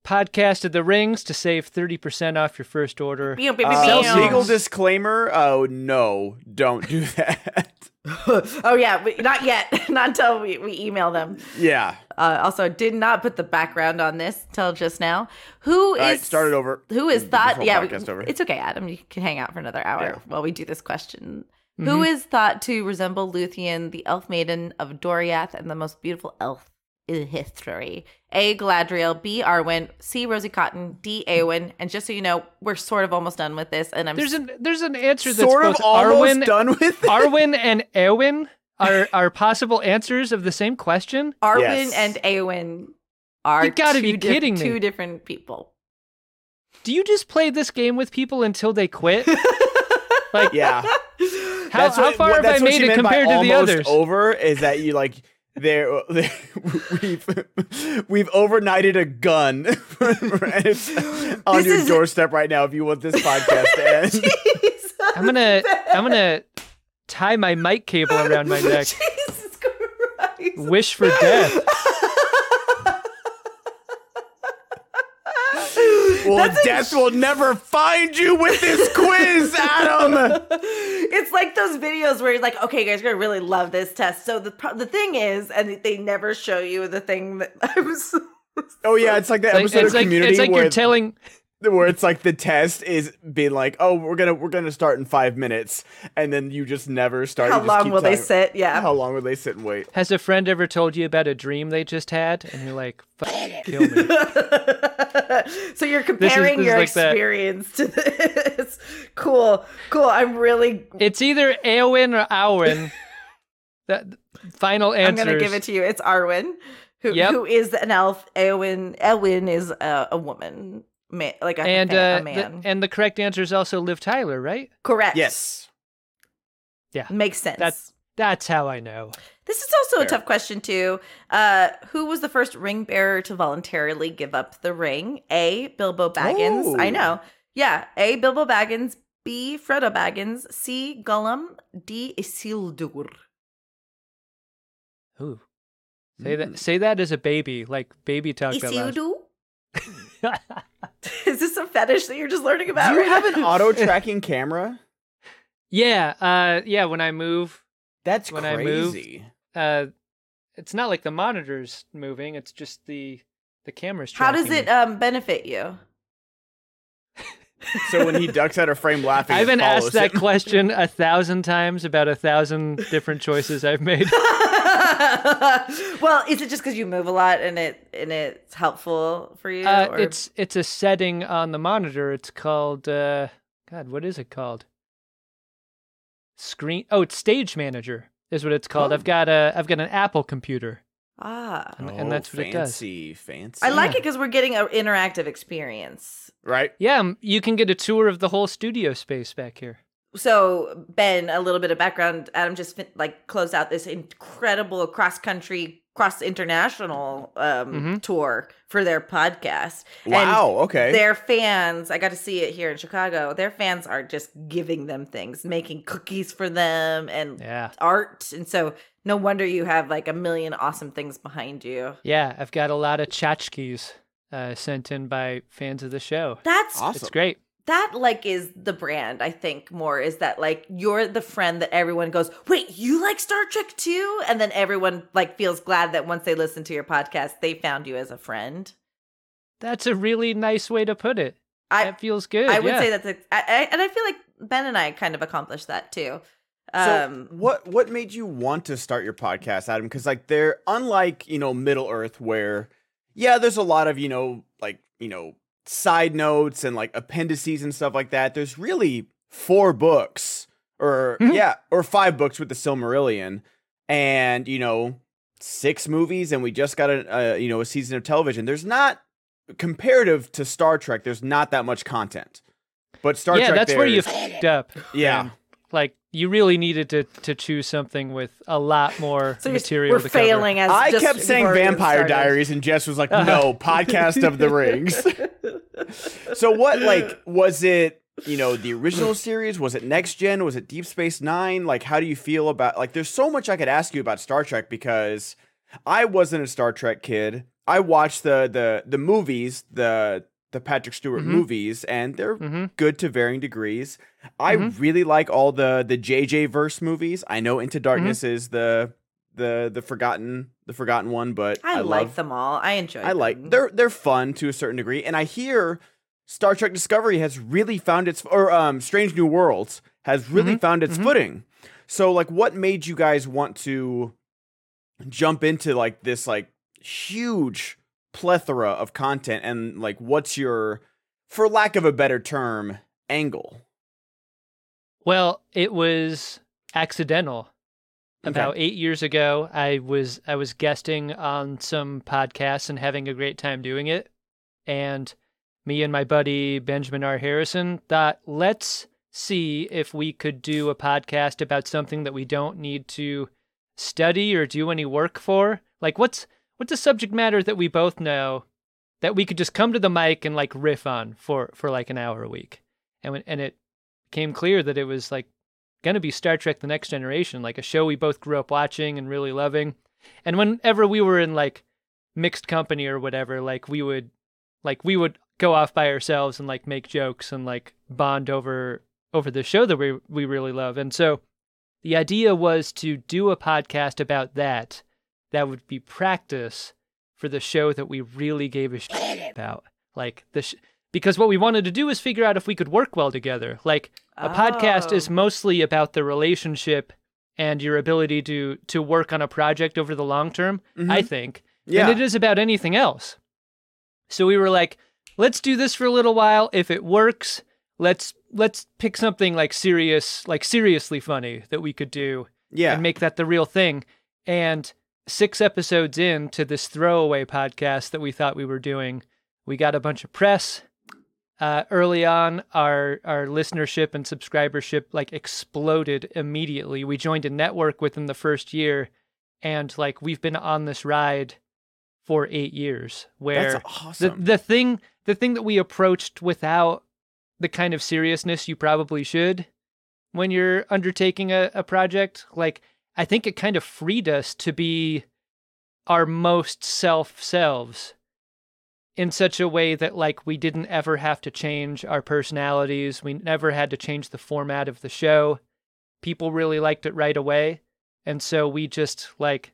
S2: podcast of the rings to save 30% off your first order.
S1: Meow, meow,
S3: Uh,
S1: meow,
S2: Celsius.
S1: meow.
S3: legal disclaimer. Oh no, don't do that.
S1: oh yeah, but not yet. not until we, we email them.
S3: yeah.
S1: Uh, also, did not put the background on this till just now. Who is
S3: All right, start it over.
S1: Who is
S3: This
S1: thought?
S3: whole
S1: Yeah, we-
S3: podcast over.
S1: it's okay, Adam. You can hang out for another hour
S3: Yeah.
S1: while we do this question.
S2: Mm-hmm.
S1: Who is thought to resemble Luthien, the elf maiden of Doriath, and the most beautiful elf in history? A. Galadriel, B. Arwen, C. Rosie Cotton, D. Awen. And just so you know, we're sort of almost done with this, and I'm
S2: There's an there's an answer that's
S3: Sort of
S2: both
S3: almost
S2: Arwen,
S3: done with it.
S2: Arwen and Erwin are are possible answers of the same question.
S1: Arwen
S3: Yes.
S1: and Awen are
S2: You gotta
S1: two
S2: be
S1: diff-
S2: kidding me.
S1: two different people.
S2: Do you just play this game with people until they quit? like
S3: Yeah.
S2: how, how far have
S3: that's
S2: I
S3: what
S2: made
S3: she
S2: it
S3: meant by
S2: compared to the
S3: almost
S2: others?
S3: Over is that you like there we've we've overnighted a gun and it's on
S1: This
S3: your
S1: is-
S3: doorstep right now if you want this podcast to end.
S2: I'm gonna I'm gonna tie my mic cable around my neck.
S1: Jesus Christ.
S2: Wish for death.
S3: Well,
S1: That's a-
S3: death will never find you with this quiz, Adam.
S1: it's like those videos where you're like, okay, you guys are gonna really love this test. So the pro- the thing is, and they never show you the thing that I was.
S3: Oh yeah, it's like that
S2: Like,
S3: episode
S2: it's
S3: of
S2: like
S3: Community
S2: it's like
S3: where
S2: you're telling
S3: where it's like the test is being like, oh, we're gonna we're gonna start in five minutes, and then you just never start.
S1: How
S3: you just
S1: long
S3: keep
S1: will they
S3: talking-
S1: sit? Yeah.
S3: How long will they sit and wait?
S2: Has a friend ever told you about a dream they just had? And you're like, Fuck, kill me.
S1: so you're comparing
S2: this
S1: your
S2: is like that.
S1: experience to this. cool, cool. I'm really.
S2: It's either Eowyn or Owen. that final answer.
S1: I'm gonna give it to you. It's Arwen, who
S2: Yep.
S1: who is an elf. Eowyn, Eowyn is a, a woman, ma like a,
S2: and
S1: a
S2: uh, the-
S1: man.
S2: and the correct answer is also Liv Tyler, right?
S1: Correct.
S3: Yes.
S1: makes sense.
S2: That's- That's how I know.
S1: This is also a
S3: Fair.
S1: tough question too. Uh, who was the first ring bearer to voluntarily give up the ring? A. Bilbo Baggins. I
S3: Oh.
S1: know. Yeah. A. Bilbo Baggins. B. Frodo Baggins. C. Gollum. D. Isildur.
S2: Ooh. Say
S3: Mm.
S2: that say that as a baby, like baby
S3: Oh,
S2: talk that loud.
S1: Isildur. Is this a fetish that you're just learning about?
S3: Do you
S1: right
S3: have
S1: now?
S3: an auto tracking camera?
S2: yeah, uh yeah, when I move,
S3: That's
S2: When I moved-
S3: crazy.
S2: uh it's not like the monitor's moving, it's just the the camera's
S1: How
S2: tracking.
S1: does it
S2: me.
S1: um, benefit you?
S3: so when he ducks out of frame laughing,
S2: I've
S3: it
S2: been asked
S3: follows
S2: that
S3: him.
S2: question a thousand times about a thousand different choices I've made.
S1: well, is it just because you move a lot and it and it's helpful for you?
S2: Uh,
S1: or-
S2: it's it's a setting on the monitor. It's called uh, God. What is it called? Screen. Oh, it's Stage Manager is what it's
S1: Oh.
S2: called. I've got a I've got an Apple computer,
S1: ah.
S2: and, and that's what it does.
S3: Oh, fancy, it does. Fancy,
S1: I like
S2: Yeah.
S1: it because we're getting an interactive experience.
S3: right?
S2: Yeah, m- you can get a tour of the whole studio space back here.
S1: So, Ben, a little bit of background. Adam just fin- like closed out this incredible cross country, cross international um,
S2: Mhm.
S1: tour for their podcast. And
S3: Wow. Okay.
S1: Their fans, I got to see it here in Chicago. Their fans are just giving them things, making cookies for them and
S2: Yeah,
S1: art. And so, no wonder you have like a million awesome things behind you.
S2: yeah. I've got a lot of tchotchkes uh, sent in by fans of the show.
S1: That's
S3: awesome.
S2: It's great.
S1: that like is the brand i think more is that like you're the friend that everyone goes wait you like star trek too and then everyone like feels glad that once they listen to your podcast they found you as a friend
S2: That's a really nice way to put it.
S1: i
S2: that feels good.
S1: i would
S2: yeah.
S1: say that's a, I, I, and i feel like ben and i kind of accomplished that too
S3: So
S1: um
S3: what what made you want to start your podcast, Adam? Because like they're unlike you know Middle Earth, where yeah, there's a lot of you know like you know side notes and like appendices and stuff like that. There's really four books, or
S2: Mhm.
S3: yeah, or five books with the Silmarillion, and you know six movies, and we just got a, a you know a season of television. There's not comparative to Star Trek. There's not that much content, but Star
S2: yeah,
S3: Trek.
S2: that's where you
S3: there's-
S2: fed up.
S3: yeah.
S2: and, like you really needed to to choose something with a lot more
S1: so you're-
S2: material.
S1: we're
S2: to cover.
S1: failing as
S3: I
S1: just
S3: kept saying
S1: before we even
S3: Vampire
S1: started.
S3: Diaries, and Jess was like, "No, podcast of the Rings." so what? Like, was it you know the original series? Was it Next Gen? Was it Deep Space Nine? Like, how do you feel about like? There's so much I could ask you about Star Trek because I wasn't a Star Trek kid. I watched the the the movies, the the Patrick Stewart
S1: Mm-hmm.
S2: Mhm.
S3: movies, and they're
S2: Mhm.
S3: good to varying degrees. I
S1: Mm-hmm.
S2: Mhm.
S3: really like all the the JJ verse movies. I know
S1: Mm-hmm.
S3: Into Darkness is the the the forgotten the forgotten one, but
S1: i,
S3: I,
S1: like
S3: love,
S1: them all i enjoy
S3: I like
S1: them.
S3: they're they're fun to a certain degree, and I hear Star Trek Discovery has really found its or um Strange New Worlds has really
S2: Mhm,
S3: found its
S2: mhm.
S3: footing. So like, what made you guys want to jump into like this like huge plethora of content and like what's your for lack of a better term angle
S2: Well, it was accidental.
S3: Okay.
S2: About eight years ago, I was I was guesting on some podcasts and having a great time doing it. And me and my buddy Benjamin R. Harrison thought, let's see if we could do a podcast about something that we don't need to study or do any work for. Like what's what's a subject matter that we both know that we could just come to the mic and like riff on for for like an hour a week. And when, and it became clear that it was like going to be Star Trek The Next Generation, like a show we both grew up watching and really loving. And whenever we were in like mixed company or whatever, like we would like we would go off by ourselves and like make jokes and like bond over over the show that we we really love. And so the idea was to do a podcast about that that would be practice for the show that we really gave a shit about. Like the sh- because what we wanted to do is figure out if we could work well together. Like a podcast
S1: Oh.
S2: is mostly about the relationship and your ability to to work on a project over the long term, I think.
S3: Mm-hmm. Yeah.
S2: Than it is about anything else. So we were like, let's do this for a little while. If it works, let's let's pick something like serious, like seriously funny that we could do
S3: yeah.
S2: and make that the real thing. And six episodes in to this throwaway podcast that we thought we were doing, we got a bunch of press. Uh, early on, our our listenership and subscribership like exploded immediately. We joined a network within the first year, and like we've been on this ride for eight years. Where
S3: That's awesome.
S2: the the thing the thing that we approached without the kind of seriousness you probably should when you're undertaking a, a project, like I think it kind of freed us to be our most self selves in such a way that like we didn't ever have to change our personalities. We never had to change the format of the show. People really liked it right away. And so we just like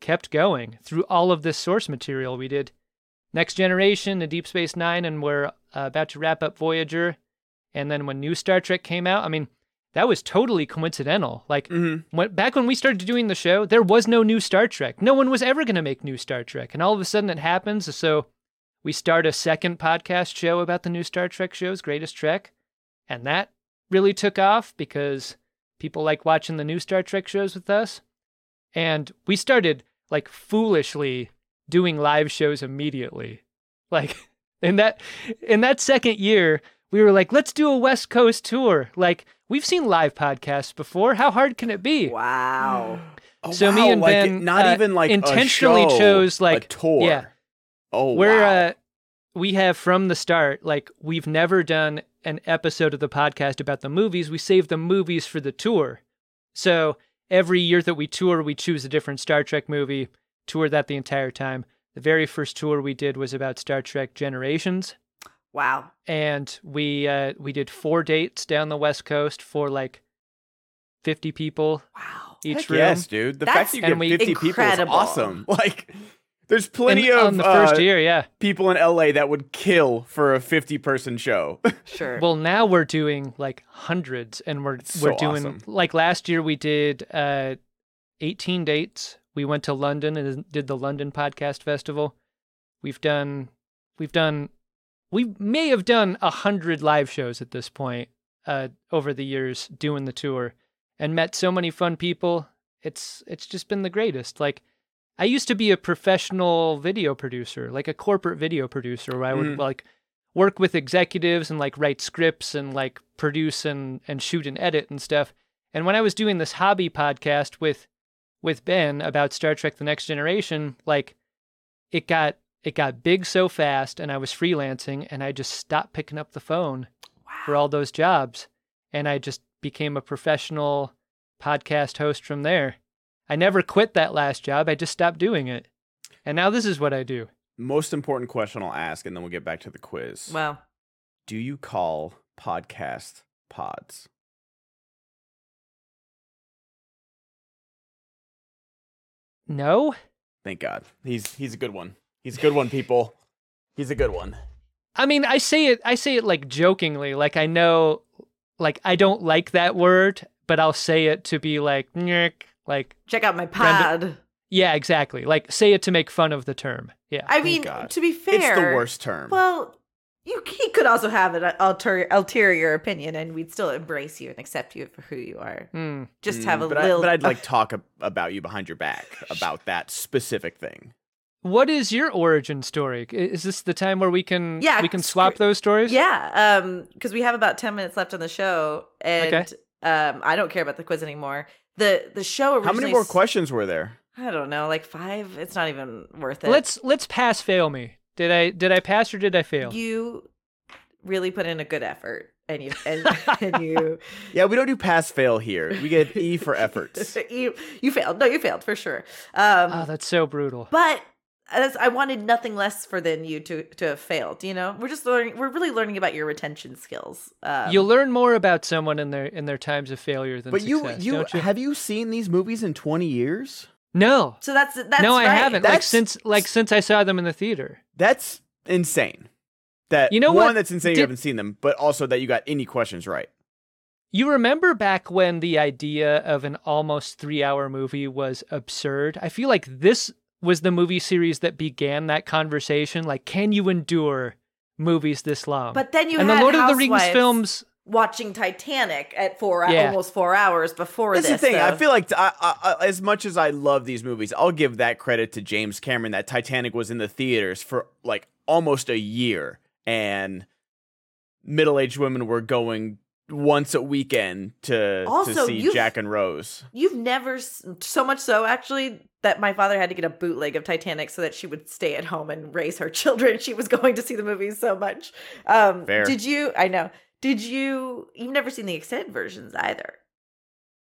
S2: kept going through all of this source material we did. Next Generation and Deep Space Nine, and we're uh, about to wrap up Voyager. And then when new Star Trek came out, I mean, that was totally coincidental. Like,
S3: Mhm.
S2: when, back when we started doing the show, there was no new Star Trek. No one was ever going to make new Star Trek. And all of a sudden it happens. So we start a second podcast show about the new Star Trek shows, Greatest Trek. And that really took off because people like watching the new Star Trek shows with us. And we started like foolishly doing live shows immediately. Like in that in that second year, we were like, let's do a West Coast tour. Like we've seen live podcasts before. How hard can it be?
S1: Wow.
S3: Oh,
S2: so me
S3: wow,
S2: and
S3: like, it-
S2: Ben,
S3: not
S2: uh,
S3: even like a
S2: intentionally
S3: show,
S2: chose, like-
S3: a tour.
S2: yeah.
S3: Oh,
S2: We're
S3: wow.
S2: uh we have from the start, like we've never done an episode of the podcast about the movies. We save the movies for the tour. So every year that we tour, we choose a different Star Trek movie, tour that the entire time. The very first tour we did was about Star Trek Generations.
S1: Wow.
S2: and we uh, we did four dates down the west coast for like 50 people
S1: Wow.
S2: each
S3: Heck
S2: room
S3: yes, dude. The fact
S1: That's
S3: that you
S2: And
S3: get
S2: we-
S3: 50 people is
S1: Incredible.
S3: awesome. Like, there's
S2: And
S3: plenty of
S2: on the first
S3: uh,
S2: year yeah
S3: people in LA that would kill for a 50 person show.
S1: Sure.
S2: well now we're doing like hundreds and we're
S3: That's
S2: we're
S3: so
S2: doing
S3: awesome.
S2: like last year we did uh 18 dates we went to london and did the london podcast festival we've done we've done we may have done a hundred live shows at this point uh over the years doing the tour and met so many fun people it's it's just been the greatest like I used to be a professional video producer, like a corporate video producer, where I would
S3: Mm.
S2: like work with executives and like write scripts and like produce and and shoot and edit and stuff. And when I was doing this hobby podcast with with Ben about Star Trek: The Next Generation, like it got it got big so fast, and I was freelancing, and I just stopped picking up the phone for all those jobs, and I just became a professional podcast host from there. I never quit that last job. I just stopped doing it. And now this is what I do.
S3: Most important question I'll ask, and then we'll get back to the quiz.
S1: Wow.
S3: Do you call podcast pods?
S2: No,
S3: Thank God. He's he's a good one. He's a good one, people. He's a good one.
S2: I mean I say it I say it like jokingly, like I know like I don't like that word, but I'll say it to be like "Nyerk," like
S1: Check out my pod.
S2: Brenda- yeah, exactly. Like say it to make fun of the term. Yeah.
S1: I
S3: Thank
S1: mean,
S3: God.
S1: to be fair,
S3: It's the worst term.
S1: Well, you he could also have an ulterior, ulterior opinion, and we'd still embrace you and accept you for who you are.
S2: Hmm.
S1: Just
S3: Mm,
S1: have a
S3: but
S1: little.
S3: I, but I'd like talk ab- about you behind your back about that specific thing.
S2: What is your origin story? I- Is this the time where we can
S1: Yeah,
S2: we can
S1: screw-
S2: swap those stories?
S1: yeah, um, because we have about ten minutes left on the show, and
S2: Okay.
S1: um, I don't care about the quiz anymore. the The show
S3: How
S1: originally.
S3: many more
S1: s-
S3: questions were there?
S1: I don't know, like five. It's not even worth it.
S2: Let's let's pass fail me. Did I did I pass or did I fail?
S1: You really put in a good effort, and you and, and you
S3: Yeah, we don't do pass fail here. We get E for efforts.
S1: you you failed. No, you failed for sure. Um,
S2: oh, that's so brutal.
S1: but as I wanted nothing less for than you to to have failed. You know, we're just learning. We're really learning about your retention skills. Um,
S2: you learn more about someone in their in their times of failure than
S3: But you
S2: success,
S3: you
S2: don't you?
S3: have you seen these movies in 20 years?
S2: no
S1: So that's that's
S2: no I
S1: right.
S2: haven't like
S3: That's-
S2: since like since I saw them in the theater
S3: That's insane. That
S2: You know
S3: one
S2: what?
S3: that's insane
S2: Did-
S3: you haven't seen them, but also that you got any questions right.
S2: You remember back when the idea of an almost three hour movie was absurd? I feel like this was the movie series that began that conversation. Like, can you endure movies this long?
S1: But then you
S2: and
S1: had
S2: the Lord of the Rings
S1: Housewives
S2: films,
S1: watching Titanic at four
S2: Yeah.
S1: almost four hours before
S3: That's
S1: this.
S3: the thing. I
S1: so-
S3: feel like t- I- I- I- as much as I love these movies, I'll give that credit to James Cameron that Titanic was in the theaters for like almost a year, and middle-aged women were going once a weekend to to
S1: Also,
S3: see
S1: you've-
S3: Jack and Rose.
S1: You've never s- so much so actually that my father had to get a bootleg of Titanic so that she would stay at home and raise her children. She was going to see the movie so much. Um
S3: Fair.
S1: did you I know. Did you you've never seen the extended versions either?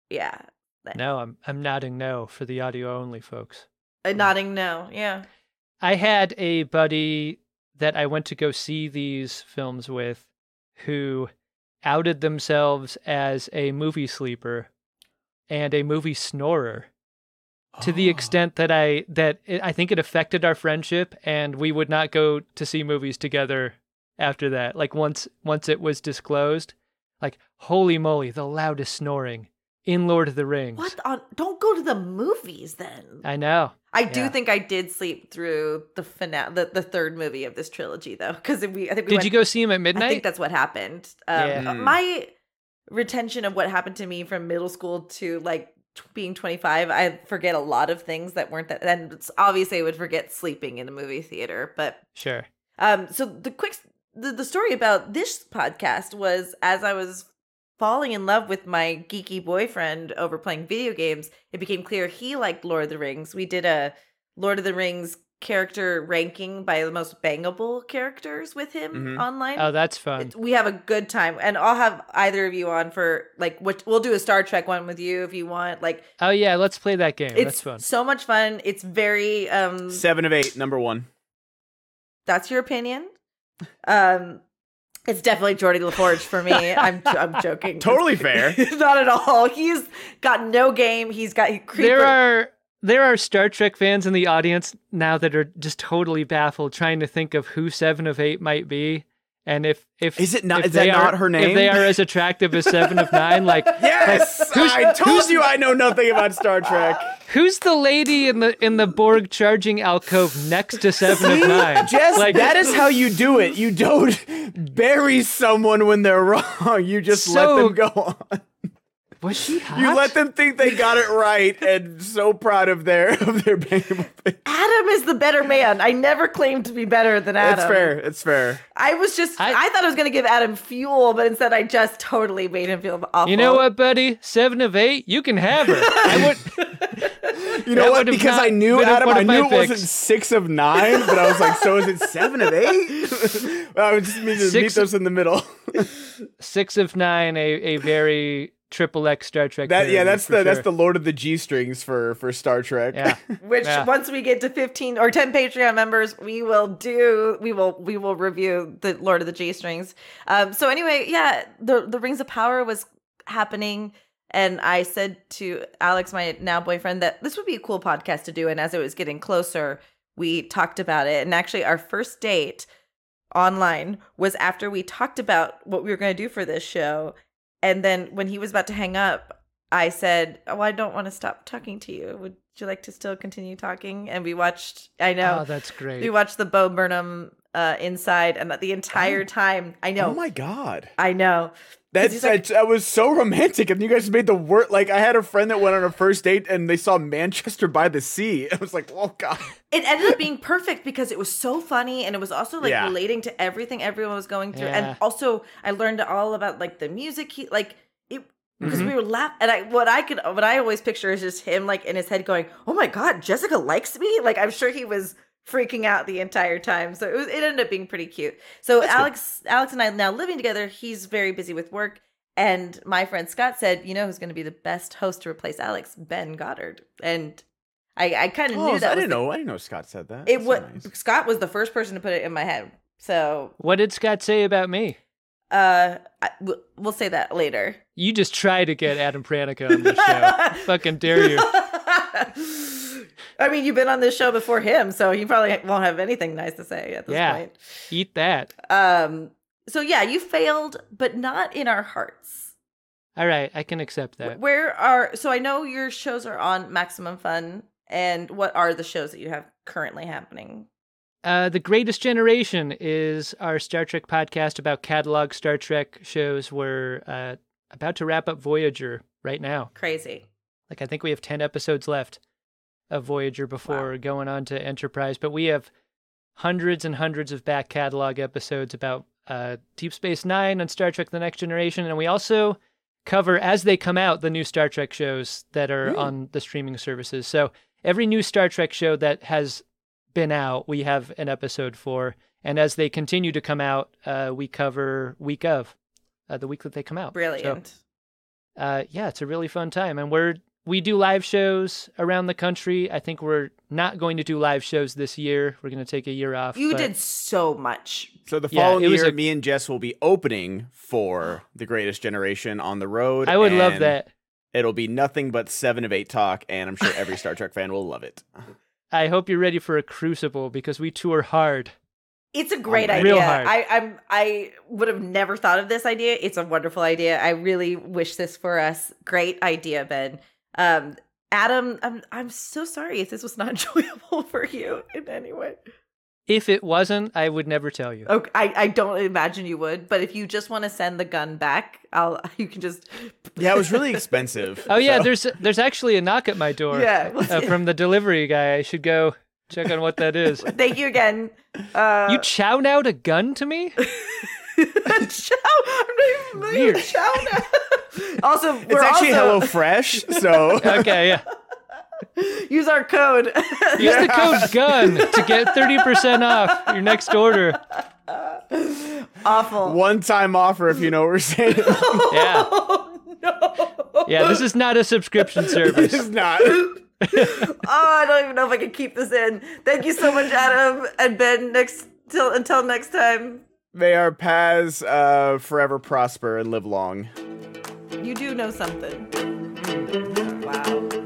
S1: Yeah.
S2: no, I'm, I'm nodding no for the audio only folks.
S1: A Uh, nodding no. Yeah.
S2: I had a buddy that I went to go see these films with who outed themselves as a movie sleeper and a movie snorer to
S3: Ah.
S2: the extent that I that it, I think it affected our friendship and we would not go to see movies together after that. Like once once it was disclosed, like holy moly, the loudest snoring in Lord of the Rings.
S1: What on don't go to the movies then.
S2: I know.
S1: I do
S2: Yeah.
S1: think I did sleep through the finale, the, the third movie of this trilogy, though, because we I think we
S2: Did
S1: went,
S2: you go see him at midnight?
S1: I think that's what happened. Um,
S2: Yeah.
S3: Mm.
S1: My retention of what happened to me from middle school to like t- being 25, I forget a lot of things that weren't that. And it's obviously, I would forget sleeping in a movie theater. But
S2: sure.
S1: um, so the quick s- the, the story about this podcast was as I was falling in love with my geeky boyfriend over playing video games, it became clear he liked Lord of the Rings. We did a Lord of the Rings character ranking by the most bangable characters with him
S3: Mhm.
S1: online.
S2: Oh, that's fun.
S1: It's- we have a good time, and I'll have either of you on for like what we'll do a Star Trek one with you if you want. Like
S2: Oh yeah, let's play that game.
S1: it's
S2: That's fun.
S1: so much fun. It's very um.
S3: Seven of eight, number one.
S1: that's your opinion. Um, it's definitely Jordy LaForge for me. I'm I'm joking.
S3: Totally fair.
S1: Not at all. He's got no game. He's got he
S2: There are there are Star Trek fans in the audience now that are just totally baffled, trying to think of who Seven of Eight might be, and if if
S3: Is it not-
S2: if
S3: is that
S2: they
S3: not
S2: are-
S3: her
S2: If they
S3: name?
S2: are as attractive as Seven of Nine, like
S3: Yes,
S2: Who's-
S3: I told you I know nothing about Star Trek.
S2: who's the lady in the in the Borg charging alcove next to Seven of Nine?
S3: Jess,
S2: like
S3: that is how you do it. You don't bury someone when they're wrong. You just let
S2: So-
S3: them go on.
S2: was she hot?
S3: You let them think they got it right, and so proud of their of their bankable thing.
S1: Adam is the better man. I never claimed to be better than Adam.
S3: It's fair. It's fair.
S1: I was just I,
S2: I-
S1: thought I was gonna give Adam fuel, but instead I just totally made him feel awful.
S2: You know what, buddy? Seven of Eight, you can have her. I would.
S3: You know
S2: That
S3: what?
S2: would've
S3: Because
S2: not
S3: I knew
S2: been
S3: Adam,
S2: one
S3: I
S2: of my
S3: knew it wasn't
S2: picks.
S3: six of nine, but I was like, so is it seven of eight? I would just mean to meet
S2: Six-
S3: those in the middle.
S2: Six of Nine, a a very triple X Star Trek.
S3: That yeah,
S2: parody
S3: that's
S2: for
S3: the that's
S2: sure.
S3: the Lord of the G strings for for Star Trek.
S2: yeah.
S1: Which
S2: Yeah.
S1: once we get to 15 or 10 Patreon members, we will do we will we will review the Lord of the G strings. Um so anyway, yeah, the the Rings of Power was happening and I said to Alex, my now boyfriend, that this would be a cool podcast to do. And as it was getting closer, we talked about it. And actually our first date online was after we talked about what we were going to do for this show. And then when he was about to hang up, I said, "Oh, I don't want to stop talking to you. Would you like to still continue talking?" And we watched. I
S2: Oh,
S1: know
S2: that's great. Oh.
S1: we watched the Bo Burnham uh, inside, and the entire time, I know,
S3: Oh my god.
S1: I know.
S3: That's
S1: he's like-
S3: that, that was so romantic, and you guys made the word like I had a friend that went on a first date and they saw Manchester by the Sea. I was like, oh god,
S1: It ended up being perfect because it was so funny, and it was also like
S3: Yeah.
S1: relating to everything everyone was going through,
S2: Yeah.
S1: and also I learned all about like the music. He like it because
S2: Mhm.
S3: Mm-hmm.
S1: we were laughing, and I what I could what I always picture is just him like in his head going, "Oh my god, Jessica likes me!" Like I'm sure he was freaking out the entire time. So it was it ended up being pretty cute. So
S3: That's good.
S1: Alex Alex and I now living together, he's very busy with work. And my friend Scott said, you know who's gonna be the best host to replace Alex? Ben Goddard. And I, I kind of
S3: Oh,
S1: knew that
S3: I
S1: was
S3: didn't
S1: the-
S3: know. I didn't know Scott said that.
S1: it
S3: That's
S1: was
S3: nice.
S1: Scott was the first person to put it in my head. So
S2: What did Scott say about me?
S1: uh I, we'll- we'll say that later.
S2: You just try to get Adam Pranica on the show. Fucking dare you.
S1: I mean, you've been on this show before him, so you probably won't have anything nice to say at this
S2: Yeah.
S1: point.
S2: Eat that.
S1: Um, so yeah, you failed, but not in our hearts.
S2: All right, I can accept that.
S1: Where are so I know your shows are on Maximum Fun, and what are the shows that you have currently happening?
S2: Uh, the Greatest Generation is our Star Trek podcast about catalog Star Trek shows. We're uh, about to wrap up Voyager right now.
S1: Crazy.
S2: Like, I think we have 10 episodes left of Voyager before going on to Enterprise, but we have hundreds and hundreds of back catalog episodes about uh, Deep Space Nine and Star Trek The Next Generation. And we also cover, as they come out, the new Star Trek shows that are
S3: Ooh.
S2: on the streaming services. So every new Star Trek show that has been out, we have an episode for. And as they continue to come out, uh, we cover week of, uh, the week that they come out. So,
S1: Brilliant.
S2: uh, yeah, it's a really fun time, and we're we do live shows around the country. I think we're not going to do live shows this year. We're going to take a year off.
S1: you
S2: but-
S1: did so much.
S3: So the
S2: Yeah,
S3: following
S2: it was
S3: year,
S2: a-
S3: me and Jess will be opening for the Greatest Generation on the road.
S2: I would love
S3: and
S2: that.
S3: It'll be nothing but seven of eight talk, and I'm sure every Star Trek fan will love it.
S2: I hope you're ready for a crucible because we tour hard.
S1: It's a great
S3: Alright.
S2: Real
S1: idea.
S2: hard.
S1: I, I'm I would have never thought of this idea. It's a wonderful idea. I really wish this for us. Great idea, Ben. Um, Adam, I'm I'm so sorry if this was not enjoyable for you in any way.
S2: If it wasn't, I would never tell you.
S1: Okay, I, I don't imagine you would, but if you just want to send the gun back, I'll you can just
S3: Yeah, it was really expensive.
S2: Oh yeah,
S3: so-
S2: there's there's actually a knock at my door.
S1: Yeah.
S2: uh, from the delivery guy. I should go check on what that is.
S1: Thank you again. Uh,
S2: you chow out a gun to me?
S1: chow. I'm not even familiar
S2: Weird.
S1: with chow now. also, we're
S3: it's actually
S1: also,
S3: Hello Fresh. So
S2: Okay, yeah.
S1: Use our code.
S2: Use the code GUN to get 30% off your next order.
S1: Awful.
S3: one time offer, if you know what we're saying.
S2: Yeah.
S1: Oh no.
S2: Yeah, this is not a subscription
S3: this
S2: service.
S3: is not.
S1: Oh, I don't even know if I can keep this in. Thank you so much, Adam and Ben. Next till until next time.
S3: May our paths uh, forever prosper and live long.
S1: You do know something. Wow.